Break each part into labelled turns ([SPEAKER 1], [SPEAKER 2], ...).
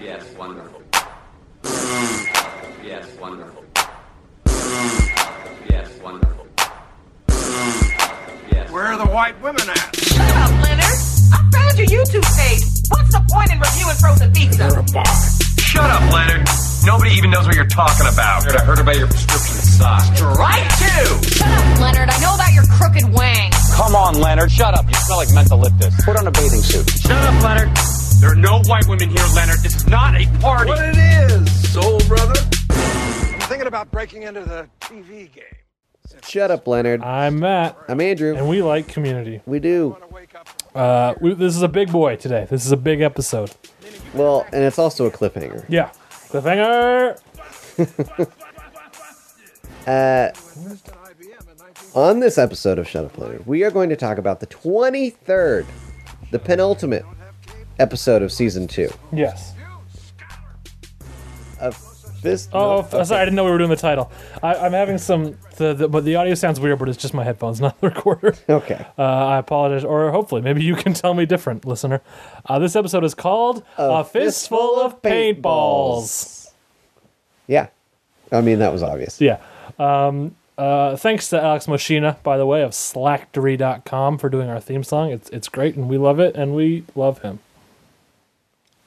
[SPEAKER 1] Yes, wonderful. Yes, wonderful. Yes, wonderful. Yes.
[SPEAKER 2] Where are the white women at?
[SPEAKER 3] Shut up, Leonard. I found your YouTube page. What's the point in reviewing frozen pizza?
[SPEAKER 4] Shut up, Leonard. Nobody even knows what you're talking about. I heard about your prescription sauce. Right to!
[SPEAKER 5] Shut up, Leonard. I know about your crooked wang.
[SPEAKER 6] Come on, Leonard. Shut up. You smell like mentholyptus. Put on a bathing suit.
[SPEAKER 4] Shut up, Leonard. There are no white women here, Leonard. This is not a party.
[SPEAKER 2] What it is, soul brother? I'm thinking about breaking into the TV game.
[SPEAKER 7] Shut up, Leonard.
[SPEAKER 8] I'm Matt,
[SPEAKER 7] I'm Andrew.
[SPEAKER 8] and we like community.
[SPEAKER 7] We do.
[SPEAKER 2] I wake up
[SPEAKER 8] Uh, we, this is a big boy today. This is a big episode.
[SPEAKER 7] Well, and it's also a cliffhanger.
[SPEAKER 8] Yeah. Cliffhanger.
[SPEAKER 7] Uh, On this episode of Shut Up, Leonard, we are going to talk about the 23rd, the penultimate episode of season two
[SPEAKER 8] Yes.
[SPEAKER 7] of this.
[SPEAKER 8] Oh,
[SPEAKER 7] no,
[SPEAKER 8] f- sorry. I
[SPEAKER 7] okay.
[SPEAKER 8] didn't know we were doing the title. I, I'm having some, the, the, but the audio sounds weird, but it's just my headphones, not the recorder.
[SPEAKER 7] Okay.
[SPEAKER 8] Uh, I apologize, or hopefully, maybe you can tell me different, listener. Uh, this episode is called A, Fistful of Paintballs.
[SPEAKER 7] Yeah. I mean, that was obvious.
[SPEAKER 8] Yeah. Um, uh, thanks to Alex Moschina, by the way, of slacktory.com for doing our theme song. It's, it's great, and we love it, and we love him.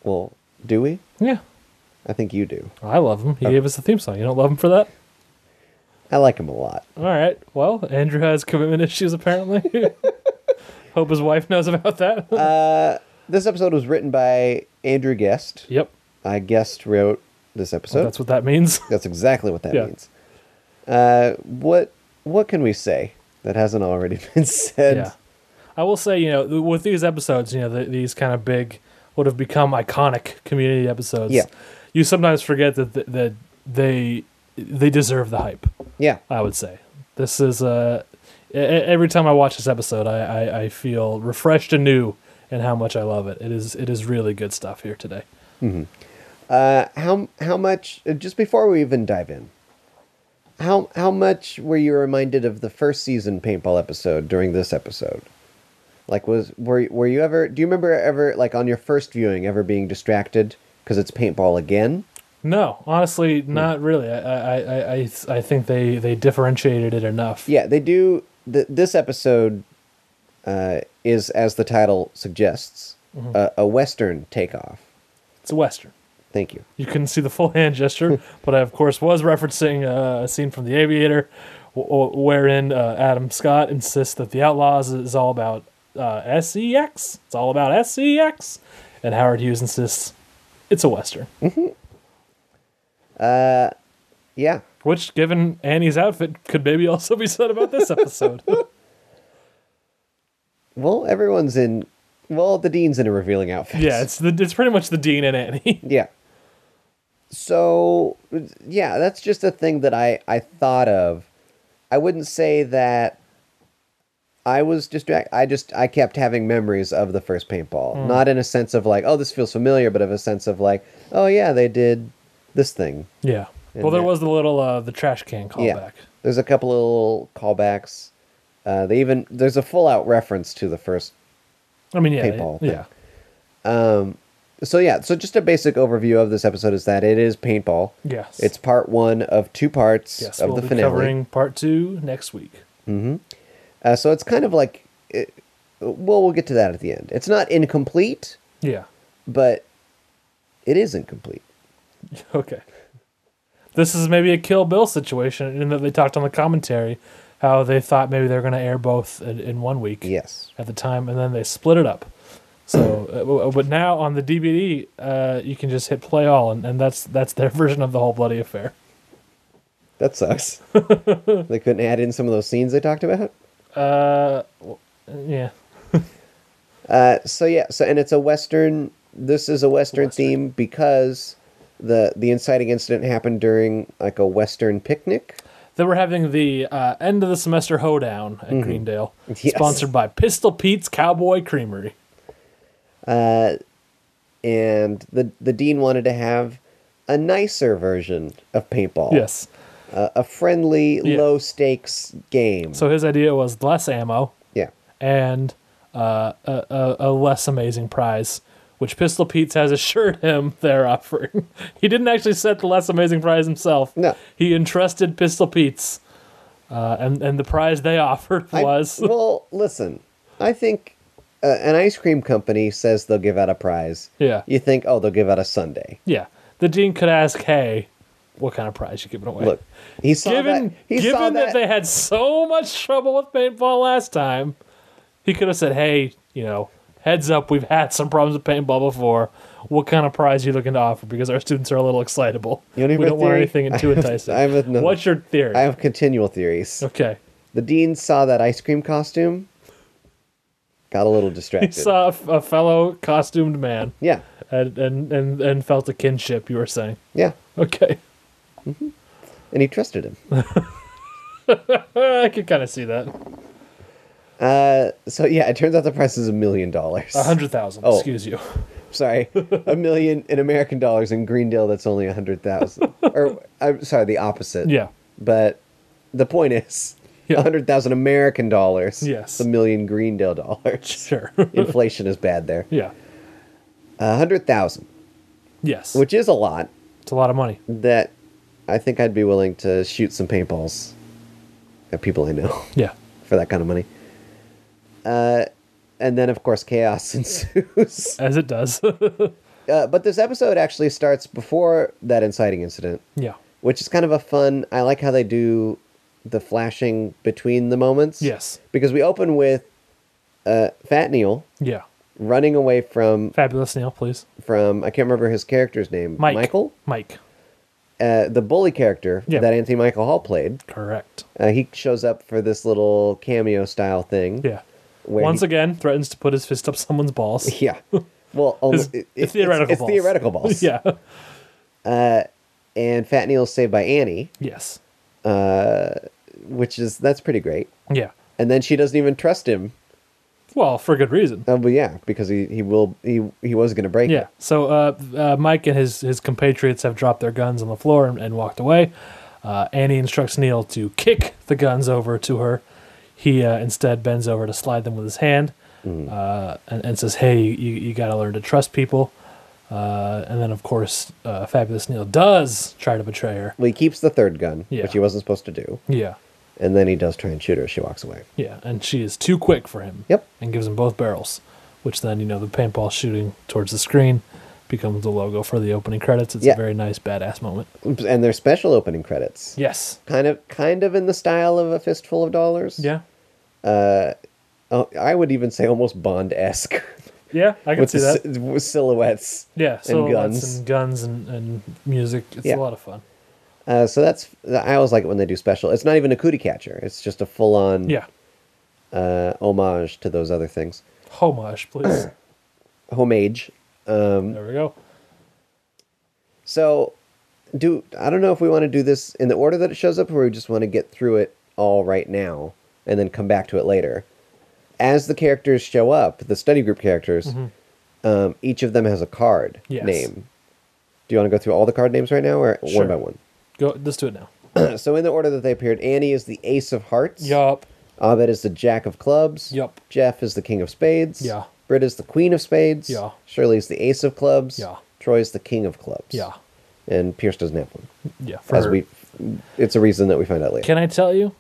[SPEAKER 7] Well, do we?
[SPEAKER 8] Yeah.
[SPEAKER 7] I think you do.
[SPEAKER 8] I love him. He gave us the theme song. You don't love him for that?
[SPEAKER 7] I like him a lot.
[SPEAKER 8] All right. Well, Andrew has commitment issues, apparently. Hope his wife knows about that.
[SPEAKER 7] This episode was written by Andrew Guest.
[SPEAKER 8] yep.
[SPEAKER 7] I guest wrote this episode.
[SPEAKER 8] Oh, That's what that means.
[SPEAKER 7] That's exactly what that
[SPEAKER 8] Yeah.
[SPEAKER 7] means. Uh, what what can we say that hasn't already been said?
[SPEAKER 8] yeah. I will say, you know, th- with these episodes, you know, th these kind of big, would have become iconic community episodes.
[SPEAKER 7] Yeah.
[SPEAKER 8] You sometimes forget that, th- that they they deserve the hype.
[SPEAKER 7] Yeah.
[SPEAKER 8] I would say this is uh, e- e- every time I watch this episode, I, I, I feel refreshed anew and how much I love it. It is it is really good stuff here today.
[SPEAKER 7] Uh, how how much? uh, Just before we even dive in, how how much were you reminded of the first season paintball episode during this episode? Like, was were were you ever? Do you remember ever like on your first viewing ever being distracted because it's paintball again?
[SPEAKER 8] No, honestly, not really. I I, I, I, I think they, they differentiated it enough.
[SPEAKER 7] Yeah, they do. Th- this episode uh, is, as the title suggests,
[SPEAKER 8] Mm-hmm.
[SPEAKER 7] a, a western takeoff.
[SPEAKER 8] It's a western.
[SPEAKER 7] Thank you.
[SPEAKER 8] You couldn't see the full hand gesture, but I of course was referencing uh, a scene from The Aviator, w- w- wherein uh, Adam Scott insists that the Outlaws is all about uh, SEX. It's all about SEX, and Howard Hughes insists it's a western.
[SPEAKER 7] Yeah,
[SPEAKER 8] Which, given Annie's outfit, could maybe also be said about this episode.
[SPEAKER 7] Well, everyone's in. Well, the dean's in a revealing outfit.
[SPEAKER 8] yeah, it's the it's pretty much the Dean and Annie.
[SPEAKER 7] yeah. So, yeah, that's just a thing that I I thought of. I wouldn't say that I was distracted. I just I kept having memories of the first paintball,
[SPEAKER 8] Hmm.
[SPEAKER 7] not in a sense of like, oh, this feels familiar, but of a sense of like, oh yeah, they did this thing.
[SPEAKER 8] Yeah. Well, there
[SPEAKER 7] that-
[SPEAKER 8] was the little uh, the trash can callback.
[SPEAKER 7] There's a couple of little callbacks. Uh, they even there's a full out reference to the first
[SPEAKER 8] I mean, yeah,
[SPEAKER 7] Paintball thing.
[SPEAKER 8] yeah,
[SPEAKER 7] so yeah so just a basic overview of this episode is that it is paintball
[SPEAKER 8] yes.
[SPEAKER 7] it's part one of two parts
[SPEAKER 8] yes.
[SPEAKER 7] of
[SPEAKER 8] we'll
[SPEAKER 7] the
[SPEAKER 8] be
[SPEAKER 7] finale
[SPEAKER 8] covering part two next week.
[SPEAKER 7] uh, so it's kind of like it, well we'll get to that at the end it's not incomplete
[SPEAKER 8] Yeah.
[SPEAKER 7] but it is incomplete
[SPEAKER 8] Okay. This is maybe a Kill Bill situation in that they talked on the commentary how they thought maybe they were going to air both in, in one week.
[SPEAKER 7] yes
[SPEAKER 8] at the time, and then they split it up. So, uh, w- but now on the DVD, uh, you can just hit play all, and, and that's that's their version of the whole bloody affair.
[SPEAKER 7] that sucks they couldn't add in some of those scenes they talked about
[SPEAKER 8] Yeah,
[SPEAKER 7] uh, so yeah so and it's a western this is a western, theme because the the inciting incident happened during like a western picnic
[SPEAKER 8] they were having the uh, end of the semester hoedown at Greendale,
[SPEAKER 7] Mm-hmm. Yes.
[SPEAKER 8] sponsored by Pistol Pete's Cowboy Creamery.
[SPEAKER 7] and the the dean wanted to have a nicer version of paintball.
[SPEAKER 8] Yes.
[SPEAKER 7] a, a friendly,
[SPEAKER 8] Yeah.
[SPEAKER 7] low stakes game.
[SPEAKER 8] So his idea was less ammo
[SPEAKER 7] yeah,
[SPEAKER 8] and uh, a, a, a less amazing prize, which Pistol Pete's has assured him they're offering. he didn't actually set the less amazing prize himself.
[SPEAKER 7] No.
[SPEAKER 8] He entrusted Pistol Pete's. Uh, and, and the prize they offered
[SPEAKER 7] I-
[SPEAKER 8] was
[SPEAKER 7] well, listen, I think uh, an ice cream company says they'll give out a prize.
[SPEAKER 8] Yeah.
[SPEAKER 7] You think, oh, they'll give out a Sunday.
[SPEAKER 8] yeah. The dean could ask, "Hey, what kind of prize you giving away?"
[SPEAKER 7] Look, he saw
[SPEAKER 8] given
[SPEAKER 7] that. He
[SPEAKER 8] given
[SPEAKER 7] saw
[SPEAKER 8] that.
[SPEAKER 7] that.
[SPEAKER 8] they had so much trouble with paintball last time, he could have said, "Hey, you know, heads up, we've had some problems with paintball before. What kind of prize you looking to offer? Because our students are a little excitable.
[SPEAKER 7] You don't
[SPEAKER 8] we
[SPEAKER 7] even
[SPEAKER 8] don't want
[SPEAKER 7] theory?
[SPEAKER 8] anything
[SPEAKER 7] I
[SPEAKER 8] too
[SPEAKER 7] have-
[SPEAKER 8] enticing.
[SPEAKER 7] I have another-
[SPEAKER 8] What's your theory?
[SPEAKER 7] I have continual theories.
[SPEAKER 8] okay,
[SPEAKER 7] The dean saw that ice cream costume, got a little
[SPEAKER 8] he
[SPEAKER 7] distracted.
[SPEAKER 8] saw a, f- a fellow costumed man
[SPEAKER 7] yeah,
[SPEAKER 8] and, and and and felt a kinship. You were saying,
[SPEAKER 7] yeah,
[SPEAKER 8] okay,
[SPEAKER 7] and he trusted him.
[SPEAKER 8] I could kind of see that.
[SPEAKER 7] Uh, so yeah, it turns out the price is a million dollars.
[SPEAKER 8] A hundred thousand.
[SPEAKER 7] Oh.
[SPEAKER 8] Excuse you.
[SPEAKER 7] Sorry, a million in American dollars in Greendale. That's only a hundred thousand. or I'm sorry, the opposite.
[SPEAKER 8] Yeah.
[SPEAKER 7] But the point is,
[SPEAKER 8] Yeah.
[SPEAKER 7] a hundred thousand American dollars.
[SPEAKER 8] Yes.
[SPEAKER 7] A million Greendale dollars.
[SPEAKER 8] Sure.
[SPEAKER 7] Inflation is bad there.
[SPEAKER 8] yeah.
[SPEAKER 7] A hundred thousand,
[SPEAKER 8] Yes.
[SPEAKER 7] which is a lot.
[SPEAKER 8] it's a lot of money.
[SPEAKER 7] That I think I'd be willing to shoot some paintballs at people I know
[SPEAKER 8] Yeah.
[SPEAKER 7] for that kind of money. Uh, and then of course chaos ensues.
[SPEAKER 8] As it does.
[SPEAKER 7] Uh, but this episode actually starts before that inciting incident,
[SPEAKER 8] yeah.
[SPEAKER 7] which is kind of a fun. I like how they do the flashing between the moments.
[SPEAKER 8] Yes.
[SPEAKER 7] Because we open with uh, Fat Neil
[SPEAKER 8] Yeah.
[SPEAKER 7] running away from
[SPEAKER 8] Fabulous Neil, please.
[SPEAKER 7] from I can't remember his character's name.
[SPEAKER 8] Mike.
[SPEAKER 7] Michael,
[SPEAKER 8] Mike.
[SPEAKER 7] uh, the bully character
[SPEAKER 8] Yeah.
[SPEAKER 7] that Anthony Michael Hall played.
[SPEAKER 8] Correct.
[SPEAKER 7] Uh, he shows up for this little cameo style thing.
[SPEAKER 8] Yeah.
[SPEAKER 7] Where
[SPEAKER 8] Once
[SPEAKER 7] he-
[SPEAKER 8] again, threatens to put his fist up someone's balls.
[SPEAKER 7] Yeah. Well, only-
[SPEAKER 8] His-
[SPEAKER 7] it-
[SPEAKER 8] it's
[SPEAKER 7] it's,
[SPEAKER 8] theoretical
[SPEAKER 7] it's
[SPEAKER 8] balls.
[SPEAKER 7] theoretical balls.
[SPEAKER 8] yeah.
[SPEAKER 7] And Fat Neil's saved by Annie,
[SPEAKER 8] Yes.
[SPEAKER 7] which is that's pretty great.
[SPEAKER 8] Yeah.
[SPEAKER 7] and then she doesn't even trust him.
[SPEAKER 8] Well, for good reason.
[SPEAKER 7] Oh, but yeah, because he, he will he he was gonna break
[SPEAKER 8] Yeah.
[SPEAKER 7] it.
[SPEAKER 8] So uh, uh, Mike and his, his compatriots have dropped their guns on the floor and, and walked away. Uh, Annie instructs Neil to kick the guns over to her. He uh, instead bends over to slide them with his hand
[SPEAKER 7] Hmm.
[SPEAKER 8] uh, and, and says, Hey, you, you got to learn to trust people. Uh, and then, of course, uh, Fabulous Neil does try to betray her.
[SPEAKER 7] Well, he keeps the third gun,
[SPEAKER 8] Yeah.
[SPEAKER 7] which he wasn't supposed to do,
[SPEAKER 8] Yeah.
[SPEAKER 7] and then he does try and shoot her. She walks away.
[SPEAKER 8] Yeah. And she is too quick for him.
[SPEAKER 7] Yep.
[SPEAKER 8] And gives him both barrels, which then, you know, the paintball shooting towards the screen becomes the logo for the opening credits. It's
[SPEAKER 7] Yeah.
[SPEAKER 8] a very nice, badass moment.
[SPEAKER 7] And their special opening credits,
[SPEAKER 8] Yes.
[SPEAKER 7] kind of kind of in the style of a fistful of dollars.
[SPEAKER 8] Yeah.
[SPEAKER 7] oh, I would even say almost Bond esque
[SPEAKER 8] Yeah, I can
[SPEAKER 7] with
[SPEAKER 8] see
[SPEAKER 7] the
[SPEAKER 8] that.
[SPEAKER 7] si- with silhouettes.
[SPEAKER 8] Yeah, so
[SPEAKER 7] and guns.
[SPEAKER 8] and guns and, and music. It's
[SPEAKER 7] Yeah.
[SPEAKER 8] a lot of fun.
[SPEAKER 7] Uh, so that's I always like it when they do special. It's not even a cootie catcher. It's just a full on
[SPEAKER 8] Yeah.
[SPEAKER 7] uh, homage to those other things.
[SPEAKER 8] Homage, please.
[SPEAKER 7] Homage. Um,
[SPEAKER 8] there we go.
[SPEAKER 7] So, do I don't know if we want to do this in the order that it shows up, or we just want to get through it all right now and then come back to it later. As the characters show up, the study group characters, um, each of them has a card
[SPEAKER 8] Mm-hmm. Yes.
[SPEAKER 7] name. Do you want to go through all the card names right now, or
[SPEAKER 8] Sure.
[SPEAKER 7] one by one?
[SPEAKER 8] Go. Let's do it now.
[SPEAKER 7] so, in the order that they appeared, Annie is the Ace of Hearts.
[SPEAKER 8] Yup.
[SPEAKER 7] Abed is the Jack of Clubs.
[SPEAKER 8] Yup.
[SPEAKER 7] Jeff is the King of Spades.
[SPEAKER 8] Yeah.
[SPEAKER 7] Britt is the Queen of Spades.
[SPEAKER 8] Yeah.
[SPEAKER 7] Shirley is the Ace of Clubs.
[SPEAKER 8] Yeah.
[SPEAKER 7] Troy is the King of Clubs.
[SPEAKER 8] Yeah.
[SPEAKER 7] And Pierce doesn't have one.
[SPEAKER 8] Yeah.
[SPEAKER 7] As
[SPEAKER 8] for-
[SPEAKER 7] we, Hmm. it's a reason that we find out later.
[SPEAKER 8] Can I tell you?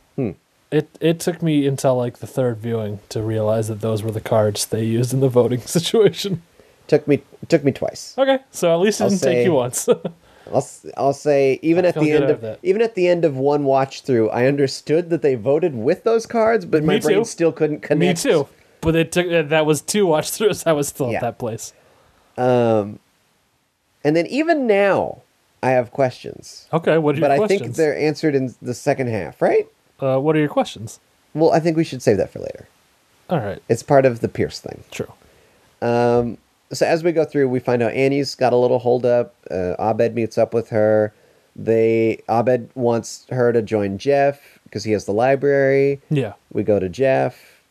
[SPEAKER 8] It it took me until like the third viewing to realize that those were the cards they used in the voting situation.
[SPEAKER 7] took me took me twice.
[SPEAKER 8] Okay, so at least it
[SPEAKER 7] I'll
[SPEAKER 8] didn't take
[SPEAKER 7] say-
[SPEAKER 8] you once.
[SPEAKER 7] I'll s- I'll say even
[SPEAKER 8] Oh. I
[SPEAKER 7] at
[SPEAKER 8] feel
[SPEAKER 7] the
[SPEAKER 8] good
[SPEAKER 7] end
[SPEAKER 8] about
[SPEAKER 7] of
[SPEAKER 8] that.
[SPEAKER 7] even at the end of one watch through, I understood that they voted with those cards, but
[SPEAKER 8] Me
[SPEAKER 7] my brain
[SPEAKER 8] too.
[SPEAKER 7] still couldn't
[SPEAKER 8] me
[SPEAKER 7] connect.
[SPEAKER 8] too. But it took uh, that was two watch throughs. I was still
[SPEAKER 7] Yeah.
[SPEAKER 8] at that place.
[SPEAKER 7] And then even now, I have questions.
[SPEAKER 8] Okay, what are your
[SPEAKER 7] But I think
[SPEAKER 8] questions?
[SPEAKER 7] they're answered in the second half, right?
[SPEAKER 8] uh, what are your questions?
[SPEAKER 7] Well, I think we should save that for later.
[SPEAKER 8] All right,
[SPEAKER 7] It's part of the Pierce thing.
[SPEAKER 8] true.
[SPEAKER 7] Um, so as we go through, we find out Annie's got a little hold up. Uh, Abed meets up with her. They Abed wants her to join Jeff because he has the library.
[SPEAKER 8] Yeah,
[SPEAKER 7] We go to Jeff.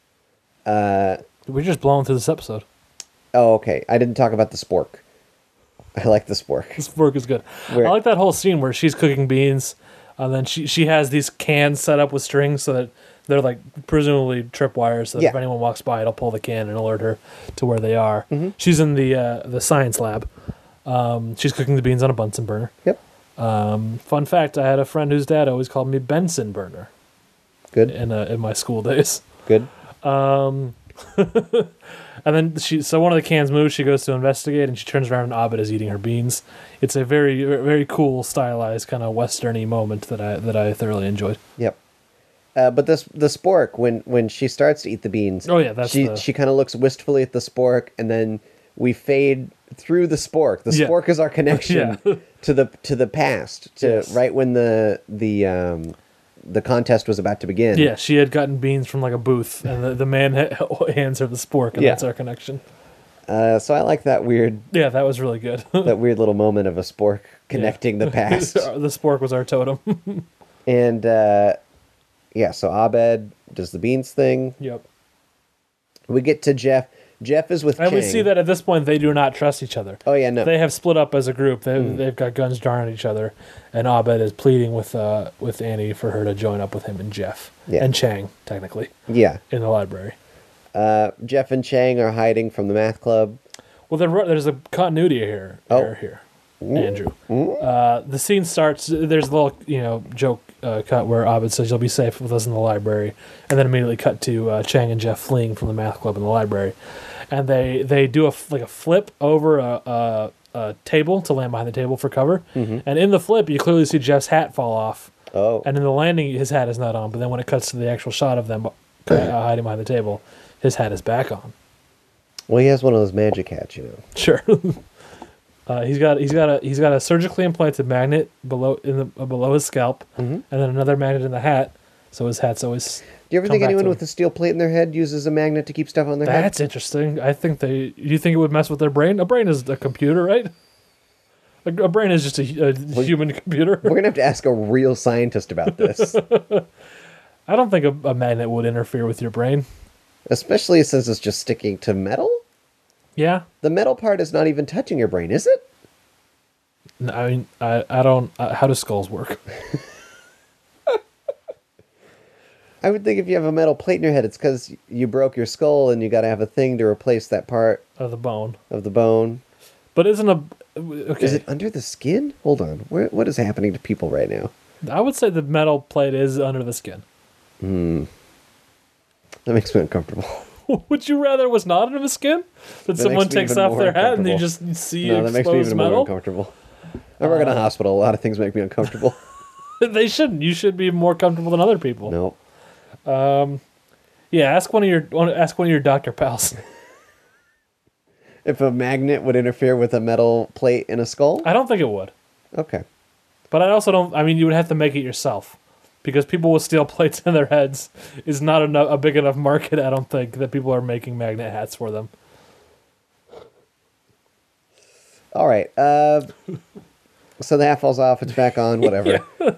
[SPEAKER 8] we're just blowing through this episode.
[SPEAKER 7] Oh, okay. I didn't talk about the spork. I like the spork.
[SPEAKER 8] This work is good.
[SPEAKER 7] Where-
[SPEAKER 8] I like that whole scene where she's cooking beans, and then she she has these cans set up with strings so that They're like presumably tripwires, so that if
[SPEAKER 7] Yeah.
[SPEAKER 8] anyone walks by, it'll pull the can and alert her to where they are. She's in the uh, the science lab. Um, she's cooking the beans on a Bunsen burner.
[SPEAKER 7] Yep.
[SPEAKER 8] Fun fact: I had a friend whose dad always called me Benson burner
[SPEAKER 7] Good.
[SPEAKER 8] in uh, in my school days.
[SPEAKER 7] Good.
[SPEAKER 8] And then she, so one of the cans moves. She goes to investigate, and she turns around, and Abed is eating her beans. It's a very, very cool, stylized kind of westerny moment that I that I thoroughly enjoyed.
[SPEAKER 7] Yep. Uh, but this the spork when when she starts to eat the beans.
[SPEAKER 8] Oh, yeah, that's
[SPEAKER 7] she
[SPEAKER 8] the-
[SPEAKER 7] she kind of looks wistfully at the spork, and then we fade through the spork. The
[SPEAKER 8] Yeah.
[SPEAKER 7] spork is our connection
[SPEAKER 8] Yeah.
[SPEAKER 7] to the to the past, to
[SPEAKER 8] Yes.
[SPEAKER 7] right when the the um, the contest was about to begin.
[SPEAKER 8] Yeah, she had gotten beans from like a booth, and the, the man ha- hands her the spork, and
[SPEAKER 7] Yeah.
[SPEAKER 8] that's our connection.
[SPEAKER 7] Uh, so I like that weird
[SPEAKER 8] Yeah, that was really good.
[SPEAKER 7] that weird little moment of a spork connecting the past.
[SPEAKER 8] the spork was our totem.
[SPEAKER 7] And uh, yeah, so Abed does the beans thing.
[SPEAKER 8] yep.
[SPEAKER 7] We get to Jeff. Jeff is with
[SPEAKER 8] And we
[SPEAKER 7] Chang.
[SPEAKER 8] see that at this point they do not trust each other.
[SPEAKER 7] Oh, yeah, no. Hmm.
[SPEAKER 8] They have split up as a group. They they've got guns drawn at each other, and Abed is pleading with uh with Annie for her to join up with him and Jeff
[SPEAKER 7] Yeah.
[SPEAKER 8] and Chang technically
[SPEAKER 7] Yeah.
[SPEAKER 8] in the library.
[SPEAKER 7] Uh, Jeff and Chang are hiding from the math club.
[SPEAKER 8] Well, there, there's a continuity here.
[SPEAKER 7] Oh.
[SPEAKER 8] Here, here, Andrew. Uh, the scene starts. There's a little, you know, joke uh, cut where Abed says you'll be safe with us in the library, and then immediately cut to uh, Chang and Jeff fleeing from the math club in the library, and they they do a f- like a flip over a. a a table to land behind the table for cover, and in the flip, you clearly see Jeff's hat fall off.
[SPEAKER 7] Mm-hmm. Oh.
[SPEAKER 8] And in the landing, his hat is not on. But then when it cuts to the actual shot of them uh, hiding behind the table, his hat is back on.
[SPEAKER 7] Well, he has one of those magic hats, you know.
[SPEAKER 8] Sure. Uh, he's got he's got a he's got a surgically implanted magnet below in the uh, below his scalp, and then another magnet in the hat. So his hat's always.
[SPEAKER 7] Do you ever
[SPEAKER 8] come
[SPEAKER 7] think
[SPEAKER 8] back to
[SPEAKER 7] anyone
[SPEAKER 8] him.
[SPEAKER 7] with a steel plate in their head uses a magnet to keep stuff on their head?
[SPEAKER 8] That's interesting. I think they. You think it would mess with their brain? A brain is a computer, right? A, a brain is just a, hu- a human computer.
[SPEAKER 7] We're gonna have to ask a real scientist about this,
[SPEAKER 8] I don't think a, a magnet would interfere with your brain.
[SPEAKER 7] especially since it's just sticking to metal.
[SPEAKER 8] Yeah.
[SPEAKER 7] The metal part is not even touching your brain, is it?
[SPEAKER 8] No, I mean, I I don't. Uh, how do skulls work?
[SPEAKER 7] I would think if you have a metal plate in your head, it's because you broke your skull and you got to have a thing to replace that part
[SPEAKER 8] Uh, the bone.
[SPEAKER 7] of the bone.
[SPEAKER 8] But isn't a okay?
[SPEAKER 7] Is it under the skin? Hold on. Where, what is happening to people right now?
[SPEAKER 8] I would say the metal plate is under the skin.
[SPEAKER 7] That makes me uncomfortable.
[SPEAKER 8] Would you rather it was not under the skin? That,
[SPEAKER 7] makes
[SPEAKER 8] someone
[SPEAKER 7] me
[SPEAKER 8] takes
[SPEAKER 7] even
[SPEAKER 8] off
[SPEAKER 7] more
[SPEAKER 8] their hat and you just
[SPEAKER 7] uncomfortable.
[SPEAKER 8] see
[SPEAKER 7] no, that makes me
[SPEAKER 8] exposed
[SPEAKER 7] even more
[SPEAKER 8] metal?
[SPEAKER 7] uncomfortable. I work in
[SPEAKER 8] Uh.
[SPEAKER 7] a hospital. A lot of things make me uncomfortable.
[SPEAKER 8] They shouldn't. You should be more comfortable than other people.
[SPEAKER 7] no.
[SPEAKER 8] Yeah, ask one of your one, ask one of your doctor pals.
[SPEAKER 7] If a magnet would interfere with a metal plate in a skull?
[SPEAKER 8] I don't think it would,
[SPEAKER 7] Okay.
[SPEAKER 8] but I also don't. I mean, you would have to make it yourself because people with steel plates in their heads is not enough, a big enough market. I don't think that people are making magnet hats for them.
[SPEAKER 7] All right. Uh, so the hat falls off. It's back on. Whatever.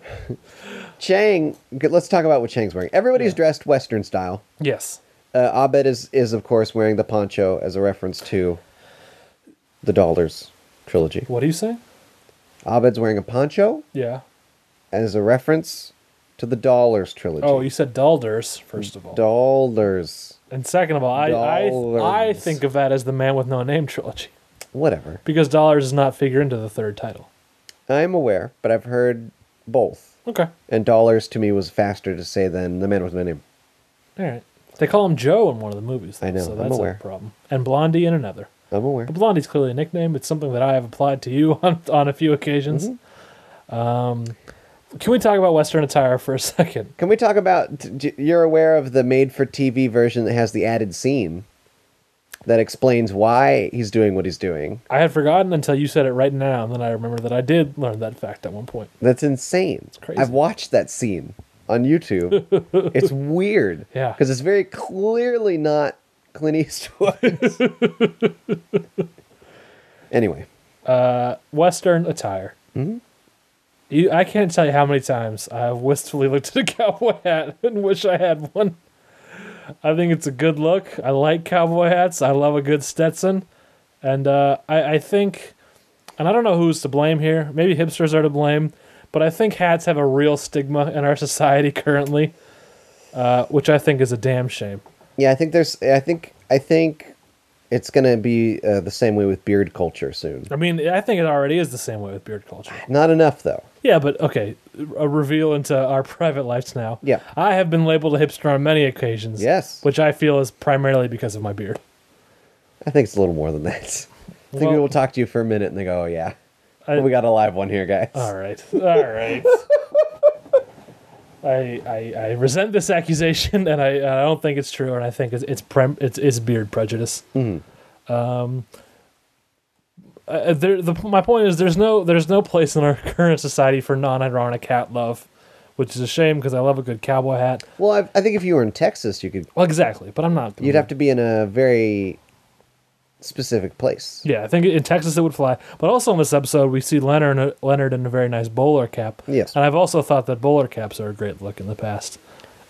[SPEAKER 7] Chang. good, Let's talk about what Chang's wearing. Everybody's dressed Western style.
[SPEAKER 8] Yes,
[SPEAKER 7] Uh, Abed is, is, of course, wearing the poncho as a reference to the Dollars trilogy.
[SPEAKER 8] what do you say?
[SPEAKER 7] Abed's wearing a poncho
[SPEAKER 8] Yeah.
[SPEAKER 7] as a reference to the Dollars trilogy.
[SPEAKER 8] Oh, you said Dalders first of all,
[SPEAKER 7] Dollars.
[SPEAKER 8] and second of all, I, I I
[SPEAKER 7] Dollars.
[SPEAKER 8] think of that as the Man with No Name trilogy.
[SPEAKER 7] Whatever.
[SPEAKER 8] because dollars does not figure into the third title.
[SPEAKER 7] I'm aware, but I've heard both.
[SPEAKER 8] Okay,
[SPEAKER 7] And dollars to me was faster to say than the man with no name.
[SPEAKER 8] all right. They call him Joe in one of the movies.
[SPEAKER 7] I know,
[SPEAKER 8] so
[SPEAKER 7] I'm
[SPEAKER 8] that's
[SPEAKER 7] aware.
[SPEAKER 8] a problem. And Blondie in another.
[SPEAKER 7] I'm aware.
[SPEAKER 8] But Blondie's clearly a nickname. It's something that I have applied to you on on a few occasions.
[SPEAKER 7] Mm-hmm.
[SPEAKER 8] Um, can we talk about Western attire for a second?
[SPEAKER 7] Can we talk about? d- d- You're aware of the made-for-TV version that has the added scene that explains why he's doing what he's doing.
[SPEAKER 8] I had forgotten until you said it right now, and then I remember that I did learn that fact at one point.
[SPEAKER 7] That's insane.
[SPEAKER 8] crazy.
[SPEAKER 7] I've watched that scene on YouTube. it's weird.
[SPEAKER 8] Yeah.
[SPEAKER 7] Because it's very clearly not Clint Eastwood. anyway,
[SPEAKER 8] Western attire. Mm-hmm. You, I can't tell you how many times I have wistfully looked at a cowboy hat and wish I had one. I think it's a good look. I like cowboy hats. I love a good Stetson, and uh, I, I think, and I don't know who's to blame here. Maybe hipsters are to blame, but I think hats have a real stigma in our society currently. uh, which I think is a damn shame.
[SPEAKER 7] Yeah, I think there's. I think. I think it's gonna be uh, the same way with beard culture soon.
[SPEAKER 8] I mean, I think it already is the same way with beard culture.
[SPEAKER 7] Not enough though.
[SPEAKER 8] Yeah, but okay, a reveal into our private lives now.
[SPEAKER 7] Yeah.
[SPEAKER 8] I have been labeled a hipster on many occasions.
[SPEAKER 7] Yes.
[SPEAKER 8] Which I feel is primarily because of my beard.
[SPEAKER 7] I think it's a little more than that. I think
[SPEAKER 8] Well-
[SPEAKER 7] people talk to you for a minute and they go, "Oh yeah,
[SPEAKER 8] I-
[SPEAKER 7] we got a live one here, guys."
[SPEAKER 8] All right. All right. I, I I resent this accusation, and I I don't think it's true, and I think it's it's prem, it's, it's beard prejudice. Um,
[SPEAKER 7] Mm-hmm.
[SPEAKER 8] uh, there, the, my point is there's no there's no place in our current society for non-ironic hat love, which is a shame because I love a good cowboy hat.
[SPEAKER 7] Well, I, I think if you were in Texas, you could.
[SPEAKER 8] Well, exactly, but I'm not.
[SPEAKER 7] You'd have to be in a very specific place.
[SPEAKER 8] Yeah, I think in Texas it would fly. But also in this episode, we see Leonard Leonard in a very nice bowler cap.
[SPEAKER 7] Yes.
[SPEAKER 8] And I've also thought that bowler caps are a great look in the past,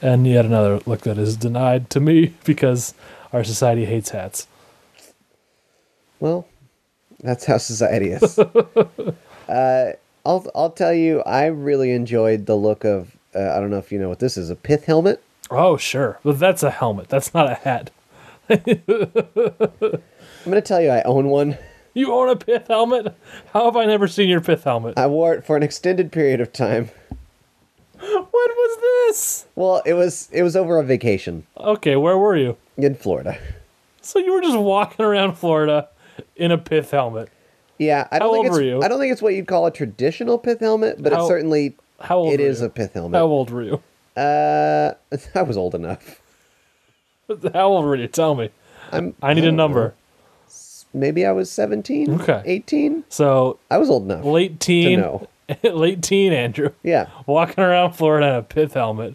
[SPEAKER 8] and yet another look that is denied to me because our society hates hats.
[SPEAKER 7] Well, that's how society is. uh, I'll I'll tell you, I really enjoyed the look of. Uh, I don't know if you know what this is a pith helmet.
[SPEAKER 8] Oh sure, but that's a helmet. That's not a hat.
[SPEAKER 7] I'm gonna tell you, I own one.
[SPEAKER 8] You own a pith helmet? How have I never seen your pith helmet?
[SPEAKER 7] I wore it for an extended period of time.
[SPEAKER 8] When was this?
[SPEAKER 7] Well, it was it was over a vacation
[SPEAKER 8] Okay, where were you?
[SPEAKER 7] in Florida.
[SPEAKER 8] So you were just walking around Florida in a pith helmet.
[SPEAKER 7] Yeah, I don't
[SPEAKER 8] How
[SPEAKER 7] think
[SPEAKER 8] old
[SPEAKER 7] it's
[SPEAKER 8] were you?
[SPEAKER 7] I don't think it's what you'd call a traditional pith helmet, but
[SPEAKER 8] How-
[SPEAKER 7] it's certainly
[SPEAKER 8] How old?
[SPEAKER 7] it
[SPEAKER 8] were
[SPEAKER 7] is
[SPEAKER 8] you?
[SPEAKER 7] a pith helmet.
[SPEAKER 8] How old were you?
[SPEAKER 7] Uh, I was old enough.
[SPEAKER 8] How old were you? Tell me.
[SPEAKER 7] I'm.
[SPEAKER 8] I need a
[SPEAKER 7] don't know.
[SPEAKER 8] number.
[SPEAKER 7] Maybe I was 17,
[SPEAKER 8] Okay.
[SPEAKER 7] 18.
[SPEAKER 8] So
[SPEAKER 7] I was old enough.
[SPEAKER 8] late teen,
[SPEAKER 7] know.
[SPEAKER 8] late teen Andrew
[SPEAKER 7] Yeah.
[SPEAKER 8] walking around Florida in a pith helmet.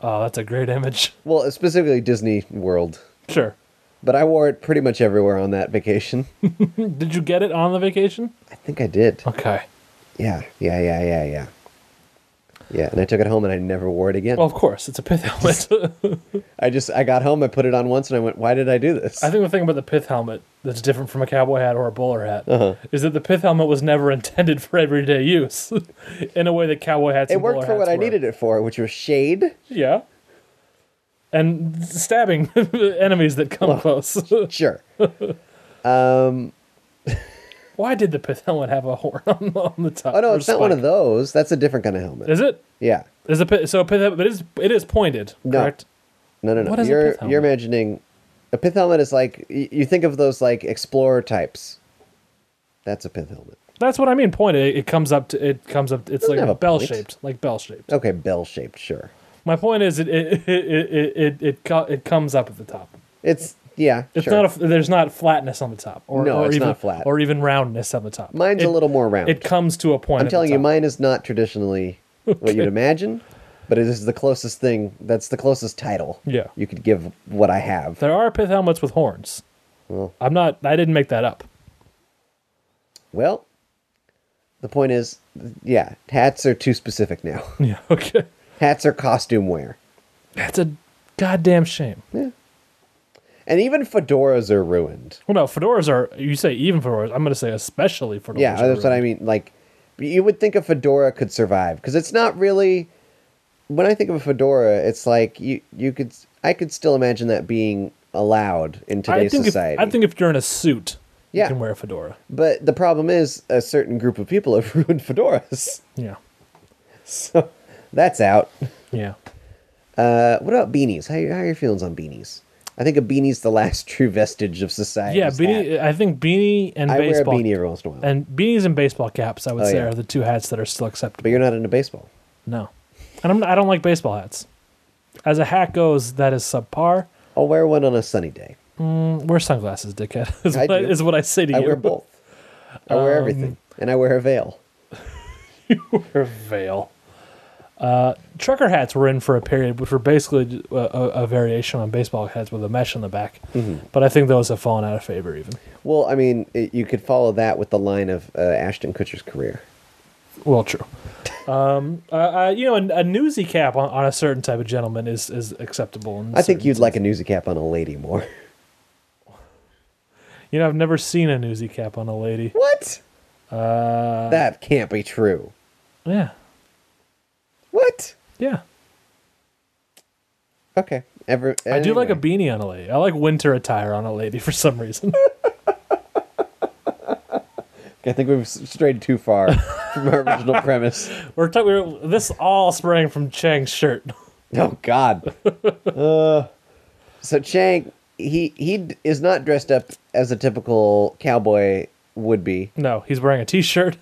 [SPEAKER 8] Oh, that's a great image.
[SPEAKER 7] Well, specifically Disney World,
[SPEAKER 8] Sure.
[SPEAKER 7] but I wore it pretty much everywhere on that vacation.
[SPEAKER 8] Did you get it on the vacation?
[SPEAKER 7] I think I did.
[SPEAKER 8] Okay.
[SPEAKER 7] Yeah. Yeah. Yeah. Yeah. Yeah. Yeah, and I took it home and I never wore it again.
[SPEAKER 8] Well, of course, it's a pith helmet.
[SPEAKER 7] I just I got home, I put it on once, and I went, "Why did I do this?"
[SPEAKER 8] I think the thing about the pith helmet that's different from a cowboy hat or a bowler hat
[SPEAKER 7] Uh-huh.
[SPEAKER 8] is that the pith helmet was never intended for everyday use, in a way that cowboy hats.
[SPEAKER 7] it
[SPEAKER 8] and
[SPEAKER 7] worked
[SPEAKER 8] bowler
[SPEAKER 7] for what
[SPEAKER 8] hats
[SPEAKER 7] I
[SPEAKER 8] were.
[SPEAKER 7] needed it for, which was shade.
[SPEAKER 8] Yeah. And stabbing enemies that come close.
[SPEAKER 7] Sure. Oh,
[SPEAKER 8] Why did the pith helmet have a horn on, on the top?
[SPEAKER 7] Oh no,
[SPEAKER 8] or
[SPEAKER 7] it's not one
[SPEAKER 8] spike?
[SPEAKER 7] of those. That's a different kind of helmet.
[SPEAKER 8] Is it?
[SPEAKER 7] Yeah.
[SPEAKER 8] Is a pith, so a pith helmet, but it is it is pointed,
[SPEAKER 7] No.
[SPEAKER 8] correct?
[SPEAKER 7] No, no, no.
[SPEAKER 8] What is a
[SPEAKER 7] you're
[SPEAKER 8] pith helmet?
[SPEAKER 7] you're imagining a pith helmet is like y- you think of those like explorer types. That's a pith helmet.
[SPEAKER 8] That's what I mean. Pointed. It, it comes up to it comes up. It's
[SPEAKER 7] have a
[SPEAKER 8] like
[SPEAKER 7] point.
[SPEAKER 8] bell shaped, like bell shaped.
[SPEAKER 7] Okay, bell shaped, sure.
[SPEAKER 8] My point is, it it it it it, it, co- it comes up at the top.
[SPEAKER 7] It's yeah.
[SPEAKER 8] It's
[SPEAKER 7] sure.
[SPEAKER 8] not a, there's not flatness on the top, or,
[SPEAKER 7] No,
[SPEAKER 8] or
[SPEAKER 7] it's
[SPEAKER 8] even
[SPEAKER 7] not flat.
[SPEAKER 8] or even roundness on the top.
[SPEAKER 7] Mine's
[SPEAKER 8] It-
[SPEAKER 7] a little more round.
[SPEAKER 8] It comes to a point.
[SPEAKER 7] I'm
[SPEAKER 8] at
[SPEAKER 7] telling
[SPEAKER 8] the
[SPEAKER 7] you,
[SPEAKER 8] top.
[SPEAKER 7] mine is not traditionally what you'd imagine, but it is the closest thing. That's the closest title.
[SPEAKER 8] Yeah.
[SPEAKER 7] You could give what I have.
[SPEAKER 8] There are pith helmets with horns.
[SPEAKER 7] Well.
[SPEAKER 8] I'm not. I didn't make that up.
[SPEAKER 7] Well, the point is, yeah, hats are too specific now.
[SPEAKER 8] Yeah. Okay.
[SPEAKER 7] hats are costume wear.
[SPEAKER 8] That's a goddamn shame.
[SPEAKER 7] And even fedoras are ruined.
[SPEAKER 8] Well, no, fedoras are. You say even fedoras. I'm going to say especially fedoras.
[SPEAKER 7] yeah,
[SPEAKER 8] are
[SPEAKER 7] that's what I
[SPEAKER 8] ruined.
[SPEAKER 7] mean. Like, you would think a fedora could survive because it's not really. When I think of a fedora, it's like you you could I could still imagine that being allowed in today's
[SPEAKER 8] I think
[SPEAKER 7] society.
[SPEAKER 8] If, I think if you're in a suit,
[SPEAKER 7] Yeah.
[SPEAKER 8] you can wear a fedora.
[SPEAKER 7] but the problem is, a certain group of people have ruined fedoras,
[SPEAKER 8] Yeah.
[SPEAKER 7] so that's out.
[SPEAKER 8] Yeah.
[SPEAKER 7] Uh, what about beanies? How how are your feelings on beanies? I think a beanie's the last true vestige of society.
[SPEAKER 8] Yeah, beanie. I think beanie and
[SPEAKER 7] I wear a
[SPEAKER 8] baseball
[SPEAKER 7] beanie every once in a while,
[SPEAKER 8] and beanies and baseball caps. I would
[SPEAKER 7] Oh,
[SPEAKER 8] say
[SPEAKER 7] yeah.
[SPEAKER 8] are the two hats that are still acceptable.
[SPEAKER 7] but you're not into baseball.
[SPEAKER 8] No, and I'm, I don't like baseball hats. As a hat goes, that is subpar.
[SPEAKER 7] I'll wear one on a sunny day.
[SPEAKER 8] Wear sunglasses, dickhead. Is,
[SPEAKER 7] I
[SPEAKER 8] what I,
[SPEAKER 7] do.
[SPEAKER 8] is what I say to
[SPEAKER 7] I
[SPEAKER 8] you. Um,
[SPEAKER 7] wear both. I wear everything, and I wear a veil.
[SPEAKER 8] Wear a veil. Uh, trucker hats were in for a period, which were basically a, a, a variation on baseball hats with a mesh on the back.
[SPEAKER 7] Mm-hmm.
[SPEAKER 8] But I think those have fallen out of favor even.
[SPEAKER 7] Well, I mean, it, you could follow that with the line of uh, Ashton Kutcher's career.
[SPEAKER 8] Well, true. Um, uh, uh, you know, a, a newsy cap on, on a certain type of gentleman is, is acceptable. in
[SPEAKER 7] I think
[SPEAKER 8] certain
[SPEAKER 7] you'd
[SPEAKER 8] sense.
[SPEAKER 7] like a newsy cap on a lady more.
[SPEAKER 8] You know, I've never seen a newsy cap on a lady.
[SPEAKER 7] What? Uh, that can't be true.
[SPEAKER 8] Yeah,
[SPEAKER 7] What?
[SPEAKER 8] yeah.
[SPEAKER 7] Okay. Every,
[SPEAKER 8] I do like a
[SPEAKER 7] anyway.
[SPEAKER 8] beanie on a lady. I like winter attire on a lady for some reason.
[SPEAKER 7] I think we've s- strayed too far from our original premise.
[SPEAKER 8] we're, ta- we're this all sprang from Chang's shirt.
[SPEAKER 7] Oh God. uh, so Chang, he he d- is not dressed up as a typical cowboy would be.
[SPEAKER 8] No, he's wearing a t-shirt,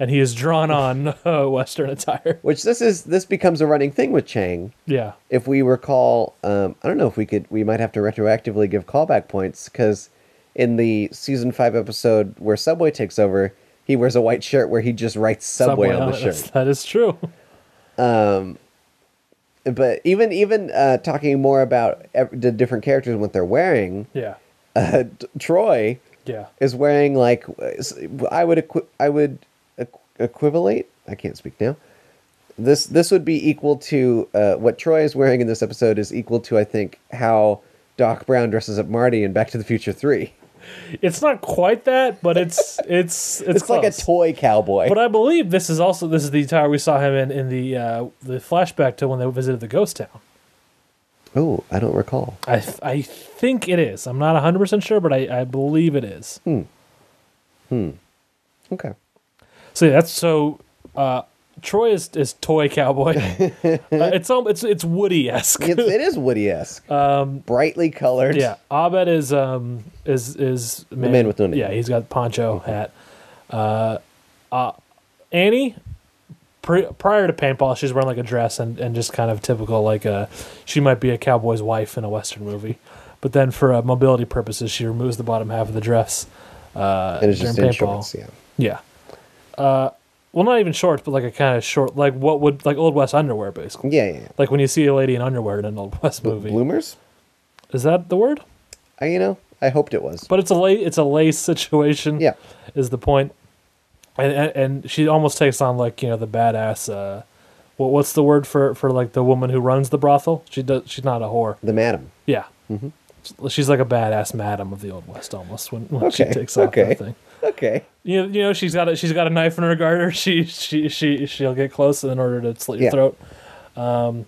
[SPEAKER 8] and he is drawn on uh, Western attire.
[SPEAKER 7] Which this is this becomes a running thing with Chang.
[SPEAKER 8] Yeah,
[SPEAKER 7] If we recall, um, I don't know if we could. We might have to retroactively give callback points because in the season five episode where Subway takes over, he wears a white shirt where he just writes Subway,
[SPEAKER 8] Subway
[SPEAKER 7] on the
[SPEAKER 8] it.
[SPEAKER 7] shirt.
[SPEAKER 8] That's- That is true.
[SPEAKER 7] But even even uh, talking more about ev- the different characters and what they're wearing,
[SPEAKER 8] Yeah,
[SPEAKER 7] uh, t- Troy
[SPEAKER 8] yeah.
[SPEAKER 7] is wearing like s- I would equi- I would equ- equivalate. I can't speak now. This this would be equal to uh, what Troy is wearing in this episode is equal to I think how Doc Brown dresses up Marty in Back to the Future Three.
[SPEAKER 8] It's not quite that, but it's it's it's,
[SPEAKER 7] It's like a
[SPEAKER 8] close.
[SPEAKER 7] toy cowboy.
[SPEAKER 8] But I believe this is also this is the attire we saw him in in the uh, the flashback to when they visited the ghost town.
[SPEAKER 7] oh, I don't recall.
[SPEAKER 8] I th- I think it is. I'm not 100 percent sure, but I, I believe it is.
[SPEAKER 7] Okay.
[SPEAKER 8] So yeah, that's so. Uh, Troy is, is toy cowboy. uh, it's al- it's it's Woody esque.
[SPEAKER 7] It's, it is Woody esque. Um, Brightly colored.
[SPEAKER 8] Yeah, Abed is um is is the
[SPEAKER 7] man with no name. Mm-hmm.
[SPEAKER 8] Yeah, he's got poncho hat. Uh, uh, Annie, pri prior to paintball, she's wearing like a dress and, and just kind of typical like uh she might be a cowboy's wife in a western movie, but then for uh, mobility purposes, she removes the bottom half of the dress. Uh,
[SPEAKER 7] And it's just
[SPEAKER 8] during
[SPEAKER 7] in
[SPEAKER 8] paintball.
[SPEAKER 7] shorts. Yeah.
[SPEAKER 8] Yeah. Uh, well, not even shorts, but like a kind of short, like what would like old west underwear, basically.
[SPEAKER 7] Yeah. yeah, yeah.
[SPEAKER 8] Like when you see a lady in underwear in an old west movie.
[SPEAKER 7] Bloomers.
[SPEAKER 8] Is that the word?
[SPEAKER 7] I, you know, I hoped it was.
[SPEAKER 8] But it's a lace, it's a lace situation.
[SPEAKER 7] Yeah.
[SPEAKER 8] is the point. And, and and she almost takes on like you know the badass. Uh, what what's the word for for like the woman who runs the brothel? She does. She's not a whore.
[SPEAKER 7] The madam.
[SPEAKER 8] Yeah. Mm-hmm. She's like a badass madam of the old west almost when, when she
[SPEAKER 7] Okay,
[SPEAKER 8] takes off
[SPEAKER 7] okay.
[SPEAKER 8] that thing.
[SPEAKER 7] Okay.
[SPEAKER 8] You know, you know she's got a she's got a knife in her garter. She she she she'll get close in order to slit your
[SPEAKER 7] Yeah.
[SPEAKER 8] throat. Um,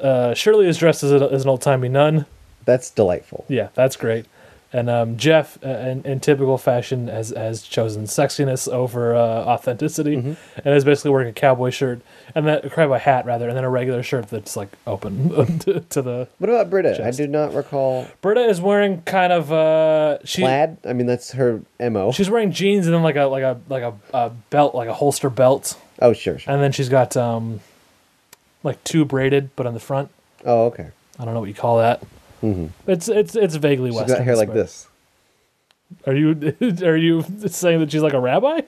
[SPEAKER 8] uh, Shirley is dressed as, a, as an old timey nun.
[SPEAKER 7] That's delightful.
[SPEAKER 8] Yeah, that's great. And um, Jeff, uh, in, in typical fashion, has has chosen sexiness over uh, authenticity,
[SPEAKER 7] Mm-hmm.
[SPEAKER 8] and is basically wearing a cowboy shirt and that cowboy hat rather, and then a regular shirt that's like open to, to the.
[SPEAKER 7] What about Britta? I
[SPEAKER 8] Just-
[SPEAKER 7] do not recall
[SPEAKER 8] Britta is wearing kind of uh, she
[SPEAKER 7] plaid. I mean, that's her mo.
[SPEAKER 8] she's wearing jeans and then like a like a like a, a belt like a holster belt,
[SPEAKER 7] Oh, sure, sure.
[SPEAKER 8] and then she's got um, like two braided, but on the front.
[SPEAKER 7] Oh, okay.
[SPEAKER 8] I don't know what you call that. It's it's it's vaguely
[SPEAKER 7] Mm-hmm. She's
[SPEAKER 8] Western.
[SPEAKER 7] got hair like
[SPEAKER 8] inspired.
[SPEAKER 7] this.
[SPEAKER 8] Are you are you saying that she's like a rabbi?